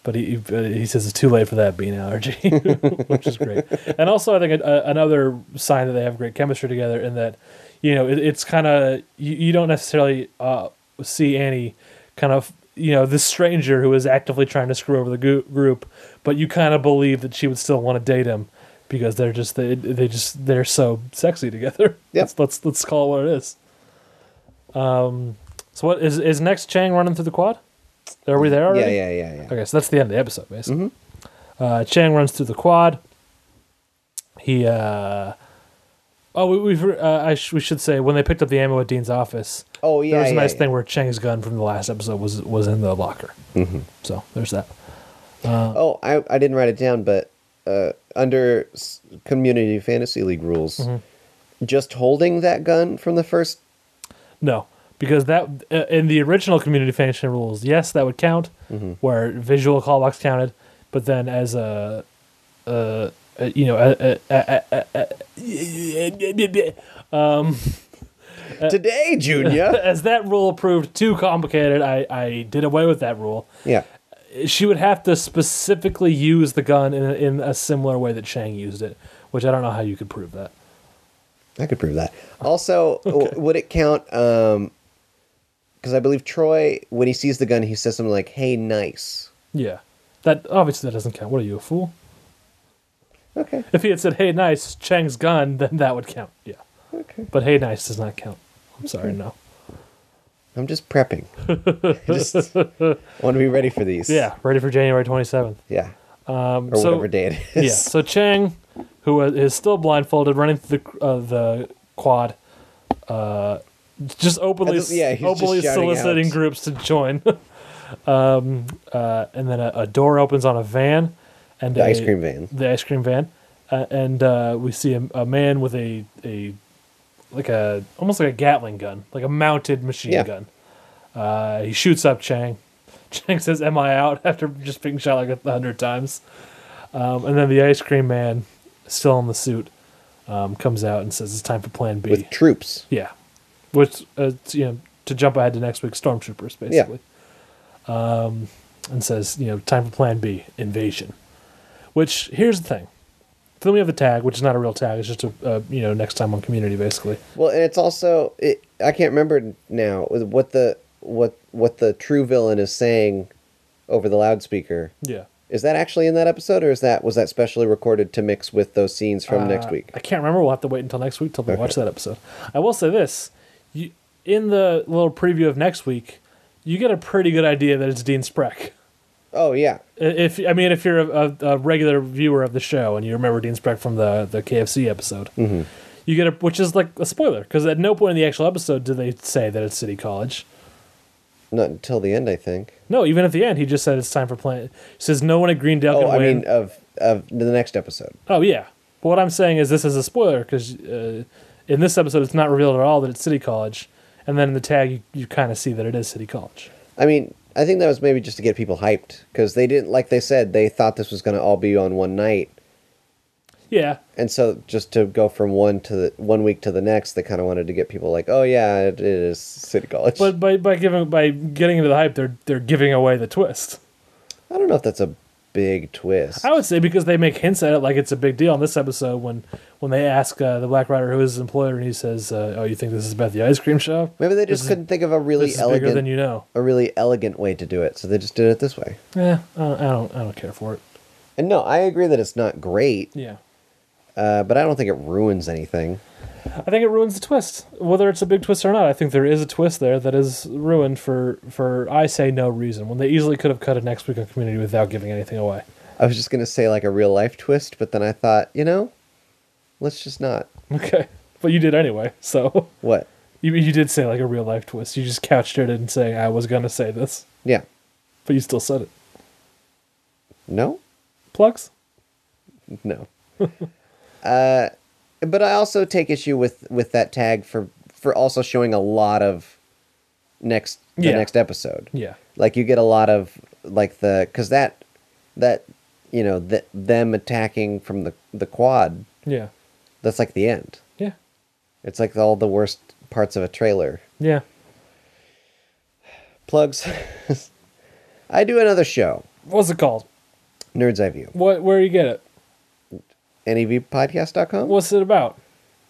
[SPEAKER 8] but he uh, he says it's too late for that bean allergy, which is great. And also, I think a, a, another sign that they have great chemistry together in that you know it, it's kind of you, you don't necessarily uh, see Annie kind of you know this stranger who is actively trying to screw over the goo- group, but you kind of believe that she would still want to date him because they're just they, they just they're so sexy together.
[SPEAKER 7] Yep.
[SPEAKER 8] Let's, let's let's call it what it is. Um. So what is is next Chang running through the quad? Are we there already?
[SPEAKER 7] Yeah, Mm-hmm. yeah, yeah, yeah.
[SPEAKER 8] Okay, so that's the end of the episode, basically. Uh, Chang runs through the quad. He, uh, oh, we, we've, uh, I sh- we should say when they picked up the ammo at Dean's office.
[SPEAKER 7] Oh, yeah,
[SPEAKER 8] there was a
[SPEAKER 7] yeah,
[SPEAKER 8] nice
[SPEAKER 7] yeah.
[SPEAKER 8] thing where Chang's gun from the last episode was was in the locker. Mm-hmm. So there's that.
[SPEAKER 7] Oh, I, I didn't write it down, but uh, under s- community fantasy league rules,
[SPEAKER 8] Mm-hmm.
[SPEAKER 7] just holding that gun from the first.
[SPEAKER 8] No, because that uh, in the original community fantasy rules, yes, that would count, where visual callbacks counted, but then as a, uh, uh, you know, uh, uh, uh, uh,
[SPEAKER 7] Today, Junior.
[SPEAKER 8] as that rule proved too complicated, I I did away with that rule.
[SPEAKER 7] yeah.
[SPEAKER 8] She would have to specifically use the gun in a, in a similar way that Shang used it, which I don't know how you could prove that.
[SPEAKER 7] I could prove that. Also, w- would it count? Because I believe Troy, when he sees the gun, he says something like, "Hey, nice."
[SPEAKER 8] Yeah, that obviously that doesn't count. What are you a fool?
[SPEAKER 7] Okay.
[SPEAKER 8] If he had said, "Hey, nice, Chang's gun," then that would count. Yeah.
[SPEAKER 7] Okay.
[SPEAKER 8] But hey, nice does not count. I'm sorry, no.
[SPEAKER 7] I'm just prepping. I just want to be ready for these.
[SPEAKER 8] Yeah, ready for January 27th.
[SPEAKER 7] Yeah.
[SPEAKER 8] Um,
[SPEAKER 7] Or
[SPEAKER 8] so,
[SPEAKER 7] whatever day it is.
[SPEAKER 8] Yeah, so Chang, who wa- is still blindfolded, running through the, uh, the quad, uh, just openly,
[SPEAKER 7] I just- yeah, he's just
[SPEAKER 8] openly
[SPEAKER 7] shouting out.
[SPEAKER 8] soliciting groups to join. um, uh, and then a, a door opens on a van, and
[SPEAKER 7] The
[SPEAKER 8] a-
[SPEAKER 7] ice cream van.
[SPEAKER 8] the ice cream van, uh, and uh, we see a, a man with a a like a almost like a Gatling gun, like a mounted machine
[SPEAKER 7] Yeah.
[SPEAKER 8] gun. Uh, he shoots up Chang. Chang says, "Am I out?" After just being shot like a hundred times, um, and then the ice cream man, still in the suit, um, comes out and says, "It's time for Plan B."
[SPEAKER 7] with troops.
[SPEAKER 8] yeah, which uh, t- you know to jump ahead to next week's stormtroopers basically. Um, and says, you know, time for Plan B, invasion. Which here's the thing. Then we have the tag, which is not a real tag. It's just a, a you know next time on community basically.
[SPEAKER 7] Well, and it's also it, I can't remember now what the what what the true villain is saying over the loudspeaker.
[SPEAKER 8] Yeah.
[SPEAKER 7] Is that actually in that episode, or is that was that specially recorded to mix with those scenes from next
[SPEAKER 8] Uh,
[SPEAKER 7] week?
[SPEAKER 8] I can't remember. We'll have to wait until next week till we watch that episode. I will say this: you, in the little preview of next week, you get a pretty good idea that it's Dean Spreck.
[SPEAKER 7] Oh yeah,
[SPEAKER 8] I- If I mean, if you're a, a, a regular viewer of the show and you remember Dean Spreck from the the KFC episode,
[SPEAKER 7] Mm-hmm.
[SPEAKER 8] you get a which is like a spoiler because at no point in the actual episode do they say that it's City College.
[SPEAKER 7] not until the end, I think.
[SPEAKER 8] No, even at the end, he just said it's time for plan. He says no one at Greendale
[SPEAKER 7] Oh,
[SPEAKER 8] can
[SPEAKER 7] I
[SPEAKER 8] win.
[SPEAKER 7] mean of of the next episode.
[SPEAKER 8] Oh yeah. But what I'm saying is this is a spoiler because uh, in this episode it's not revealed at all that it's City College, and then in the tag you, you kind of see that it is City College.
[SPEAKER 7] I mean, I think that was maybe just to get people hyped because they didn't like they said they thought this was going to all be on one night,
[SPEAKER 8] Yeah,
[SPEAKER 7] and so just to go from one to the one week to the next, they kind of wanted to get people like, oh yeah, it, it is City College.
[SPEAKER 8] but by by giving by getting into the hype, they're they're giving away the twist.
[SPEAKER 7] I don't know if that's a big twist.
[SPEAKER 8] I would say because they make hints at it like it's a big deal in this episode when when they ask uh, the Black Rider who is his employer and he says, uh, "Oh, you think this is about the ice cream shop?
[SPEAKER 7] Maybe they
[SPEAKER 8] This
[SPEAKER 7] just
[SPEAKER 8] is-
[SPEAKER 7] couldn't think of a really
[SPEAKER 8] this is bigger
[SPEAKER 7] elegant,
[SPEAKER 8] than you know."
[SPEAKER 7] a really elegant way to do it, so they just did it this way.
[SPEAKER 8] Yeah, I don't, I don't I don't care for it.
[SPEAKER 7] And no, I agree that it's not great,
[SPEAKER 8] Yeah.
[SPEAKER 7] uh, but I don't think it ruins anything.
[SPEAKER 8] I think it ruins the twist, whether it's a big twist or not. I think there is a twist there that is ruined for for I say no reason when they easily could have cut it next week on Community without giving anything away.
[SPEAKER 7] I was just gonna say like a real life twist, but then I thought, you know, let's just not.
[SPEAKER 8] Okay, but you did anyway. So
[SPEAKER 7] What?
[SPEAKER 8] you you did say like a real life twist. You just couched it in saying I was gonna say this,
[SPEAKER 7] Yeah.
[SPEAKER 8] but you still said it.
[SPEAKER 7] No.
[SPEAKER 8] Plugs.
[SPEAKER 7] No. uh, but I also take issue with with that tag for for also showing a lot of next the
[SPEAKER 8] Yeah.
[SPEAKER 7] next episode.
[SPEAKER 8] Yeah.
[SPEAKER 7] like you get a lot of like the because that that you know that them attacking from the the quad
[SPEAKER 8] Yeah.
[SPEAKER 7] that's like the end
[SPEAKER 8] Yeah.
[SPEAKER 7] it's like all the worst parts of a trailer
[SPEAKER 8] Yeah.
[SPEAKER 7] plugs i do another show
[SPEAKER 8] What's it called?
[SPEAKER 7] nerds eye view E
[SPEAKER 8] What? Where you get it?
[SPEAKER 7] nevpodcast.com
[SPEAKER 8] What's it about?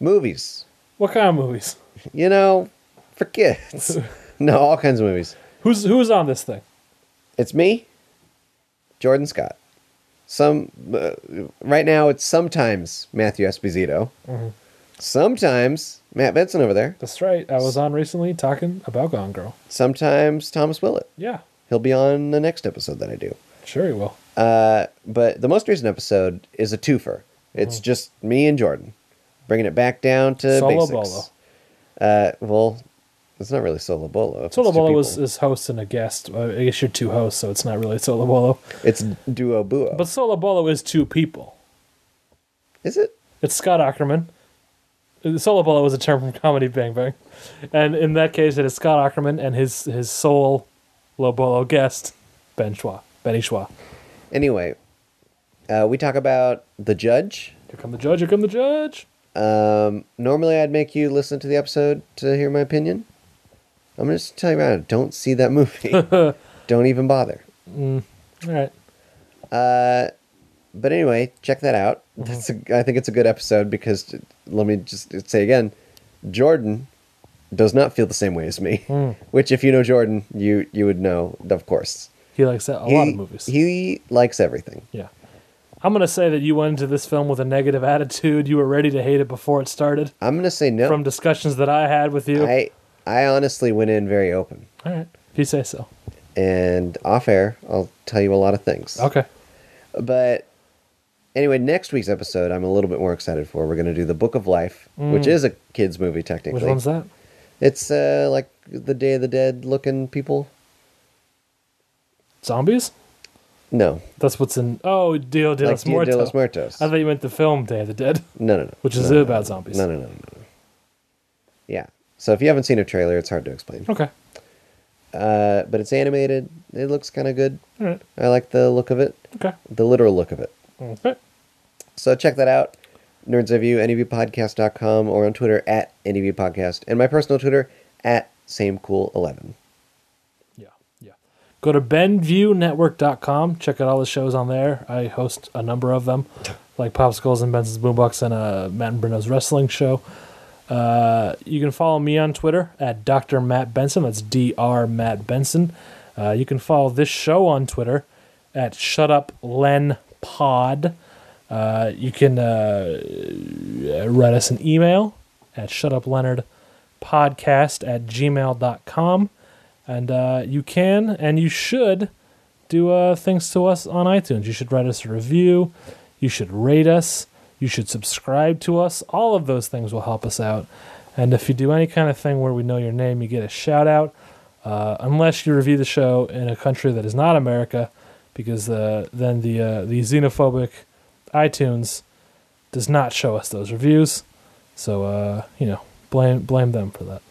[SPEAKER 7] movies
[SPEAKER 8] What kind of movies?
[SPEAKER 7] you know for kids no all kinds of movies
[SPEAKER 8] Who's who's on this thing?
[SPEAKER 7] it's me jordan scott some uh, right now it's sometimes matthew esposito
[SPEAKER 8] Mm-hmm.
[SPEAKER 7] sometimes matt benson over there
[SPEAKER 8] That's right. I was on recently talking about Gone Girl.
[SPEAKER 7] sometimes Thomas Willett.
[SPEAKER 8] Yeah.
[SPEAKER 7] He'll be on the next episode that I do.
[SPEAKER 8] Sure, you will.
[SPEAKER 7] But the most recent episode is a twofer.
[SPEAKER 8] Mm.
[SPEAKER 7] It's just me and Jordan, bringing it back down to
[SPEAKER 8] Solo
[SPEAKER 7] basics.
[SPEAKER 8] Bolo.
[SPEAKER 7] Uh, well, it's not really solo bolo. if it's
[SPEAKER 8] Solo
[SPEAKER 7] two
[SPEAKER 8] Bolo is,
[SPEAKER 7] people.
[SPEAKER 8] is host and a guest. Uh, I guess you're two hosts, so it's not really Solo Bolo.
[SPEAKER 7] it's duo buo.
[SPEAKER 8] But Solo Bolo is two people.
[SPEAKER 7] Is it?
[SPEAKER 8] It's Scott Ackerman. Solo Bolo was a term from Comedy Bang Bang, and in that case, it is Scott Ackerman and his his sole Lobolo guest, Ben Schwa, Benny Schwa.
[SPEAKER 7] Anyway, uh, we talk about the judge.
[SPEAKER 8] Here come the judge. Here come the judge.
[SPEAKER 7] Um, normally, I'd make you listen to the episode to hear my opinion. I'm gonna just tell you right now, don't see that movie. don't even bother.
[SPEAKER 8] All right.
[SPEAKER 7] But anyway, check that out.
[SPEAKER 8] Mm-hmm.
[SPEAKER 7] That's a, I think it's a good episode because let me just say again, Jordan does not feel the same way as me.
[SPEAKER 8] Mm.
[SPEAKER 7] Which, if you know Jordan, you you would know, of course.
[SPEAKER 8] He likes that, a lot of movies.
[SPEAKER 7] He likes everything.
[SPEAKER 8] yeah. I'm gonna say that you went into this film with a negative attitude. You were ready to hate it before it started.
[SPEAKER 7] I'm gonna say no.
[SPEAKER 8] From discussions that I had with you.
[SPEAKER 7] I I honestly went in very open,
[SPEAKER 8] All right. If you say so.
[SPEAKER 7] and off air, I'll tell you a lot of things.
[SPEAKER 8] Okay.
[SPEAKER 7] But anyway, next week's episode, I'm a little bit more excited for. We're gonna do the Book of Life, which is a kids movie technically.
[SPEAKER 8] Mm. Which one's that?
[SPEAKER 7] It's uh, like the Day of the Dead looking people.
[SPEAKER 8] Zombies?
[SPEAKER 7] No,
[SPEAKER 8] That's what's in. Oh, Dia de
[SPEAKER 7] like
[SPEAKER 8] los
[SPEAKER 7] Dia
[SPEAKER 8] Muertos.
[SPEAKER 7] de los Muertos.
[SPEAKER 8] I thought you meant the film Day of the Dead,
[SPEAKER 7] no, no, no.
[SPEAKER 8] which is
[SPEAKER 7] no,
[SPEAKER 8] about zombies.
[SPEAKER 7] No, no, no, no, no. Yeah. So if you haven't seen a trailer, it's hard to explain.
[SPEAKER 8] Okay.
[SPEAKER 7] Uh, but it's animated. It looks kind of good.
[SPEAKER 8] All right.
[SPEAKER 7] I like the look of it,
[SPEAKER 8] Okay.
[SPEAKER 7] the literal look of it.
[SPEAKER 8] Okay.
[SPEAKER 7] So check that out. Nerds of You, E NEVpodcast.com, or on Twitter at NEVpodcast, and my personal Twitter at SameCool11.
[SPEAKER 8] Yeah. Yeah. Go to BenviewNetwork.com. Check out all the shows on there. I host a number of them, like Popsicles and Benson's Boombox and uh, Matt and Bruno's Wrestling Show. Uh, you can follow me on Twitter at Dr. Matt Benson. That's Dr. Matt Benson. Uh, you can follow this show on Twitter at ShutUpLenPod. Uh, you can uh, write us an email at shutupleonardpodcast at gmail.com. And uh, you can and you should do uh, things to us on iTunes. You should write us a review. You should rate us. You should subscribe to us. All of those things will help us out. And if you do any kind of thing where we know your name, you get a shout out. Uh, unless you review the show in a country that is not America, because uh, then the uh, the xenophobic iTunes does not show us those reviews. So uh, you know, blame blame them for that.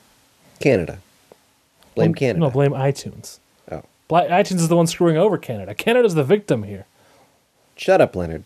[SPEAKER 7] Canada. Blame Canada.
[SPEAKER 8] Oh, No, blame iTunes.
[SPEAKER 7] oh.
[SPEAKER 8] Bla- iTunes is the one screwing over Canada. Canada's the victim here.
[SPEAKER 7] Shut up, Leonard.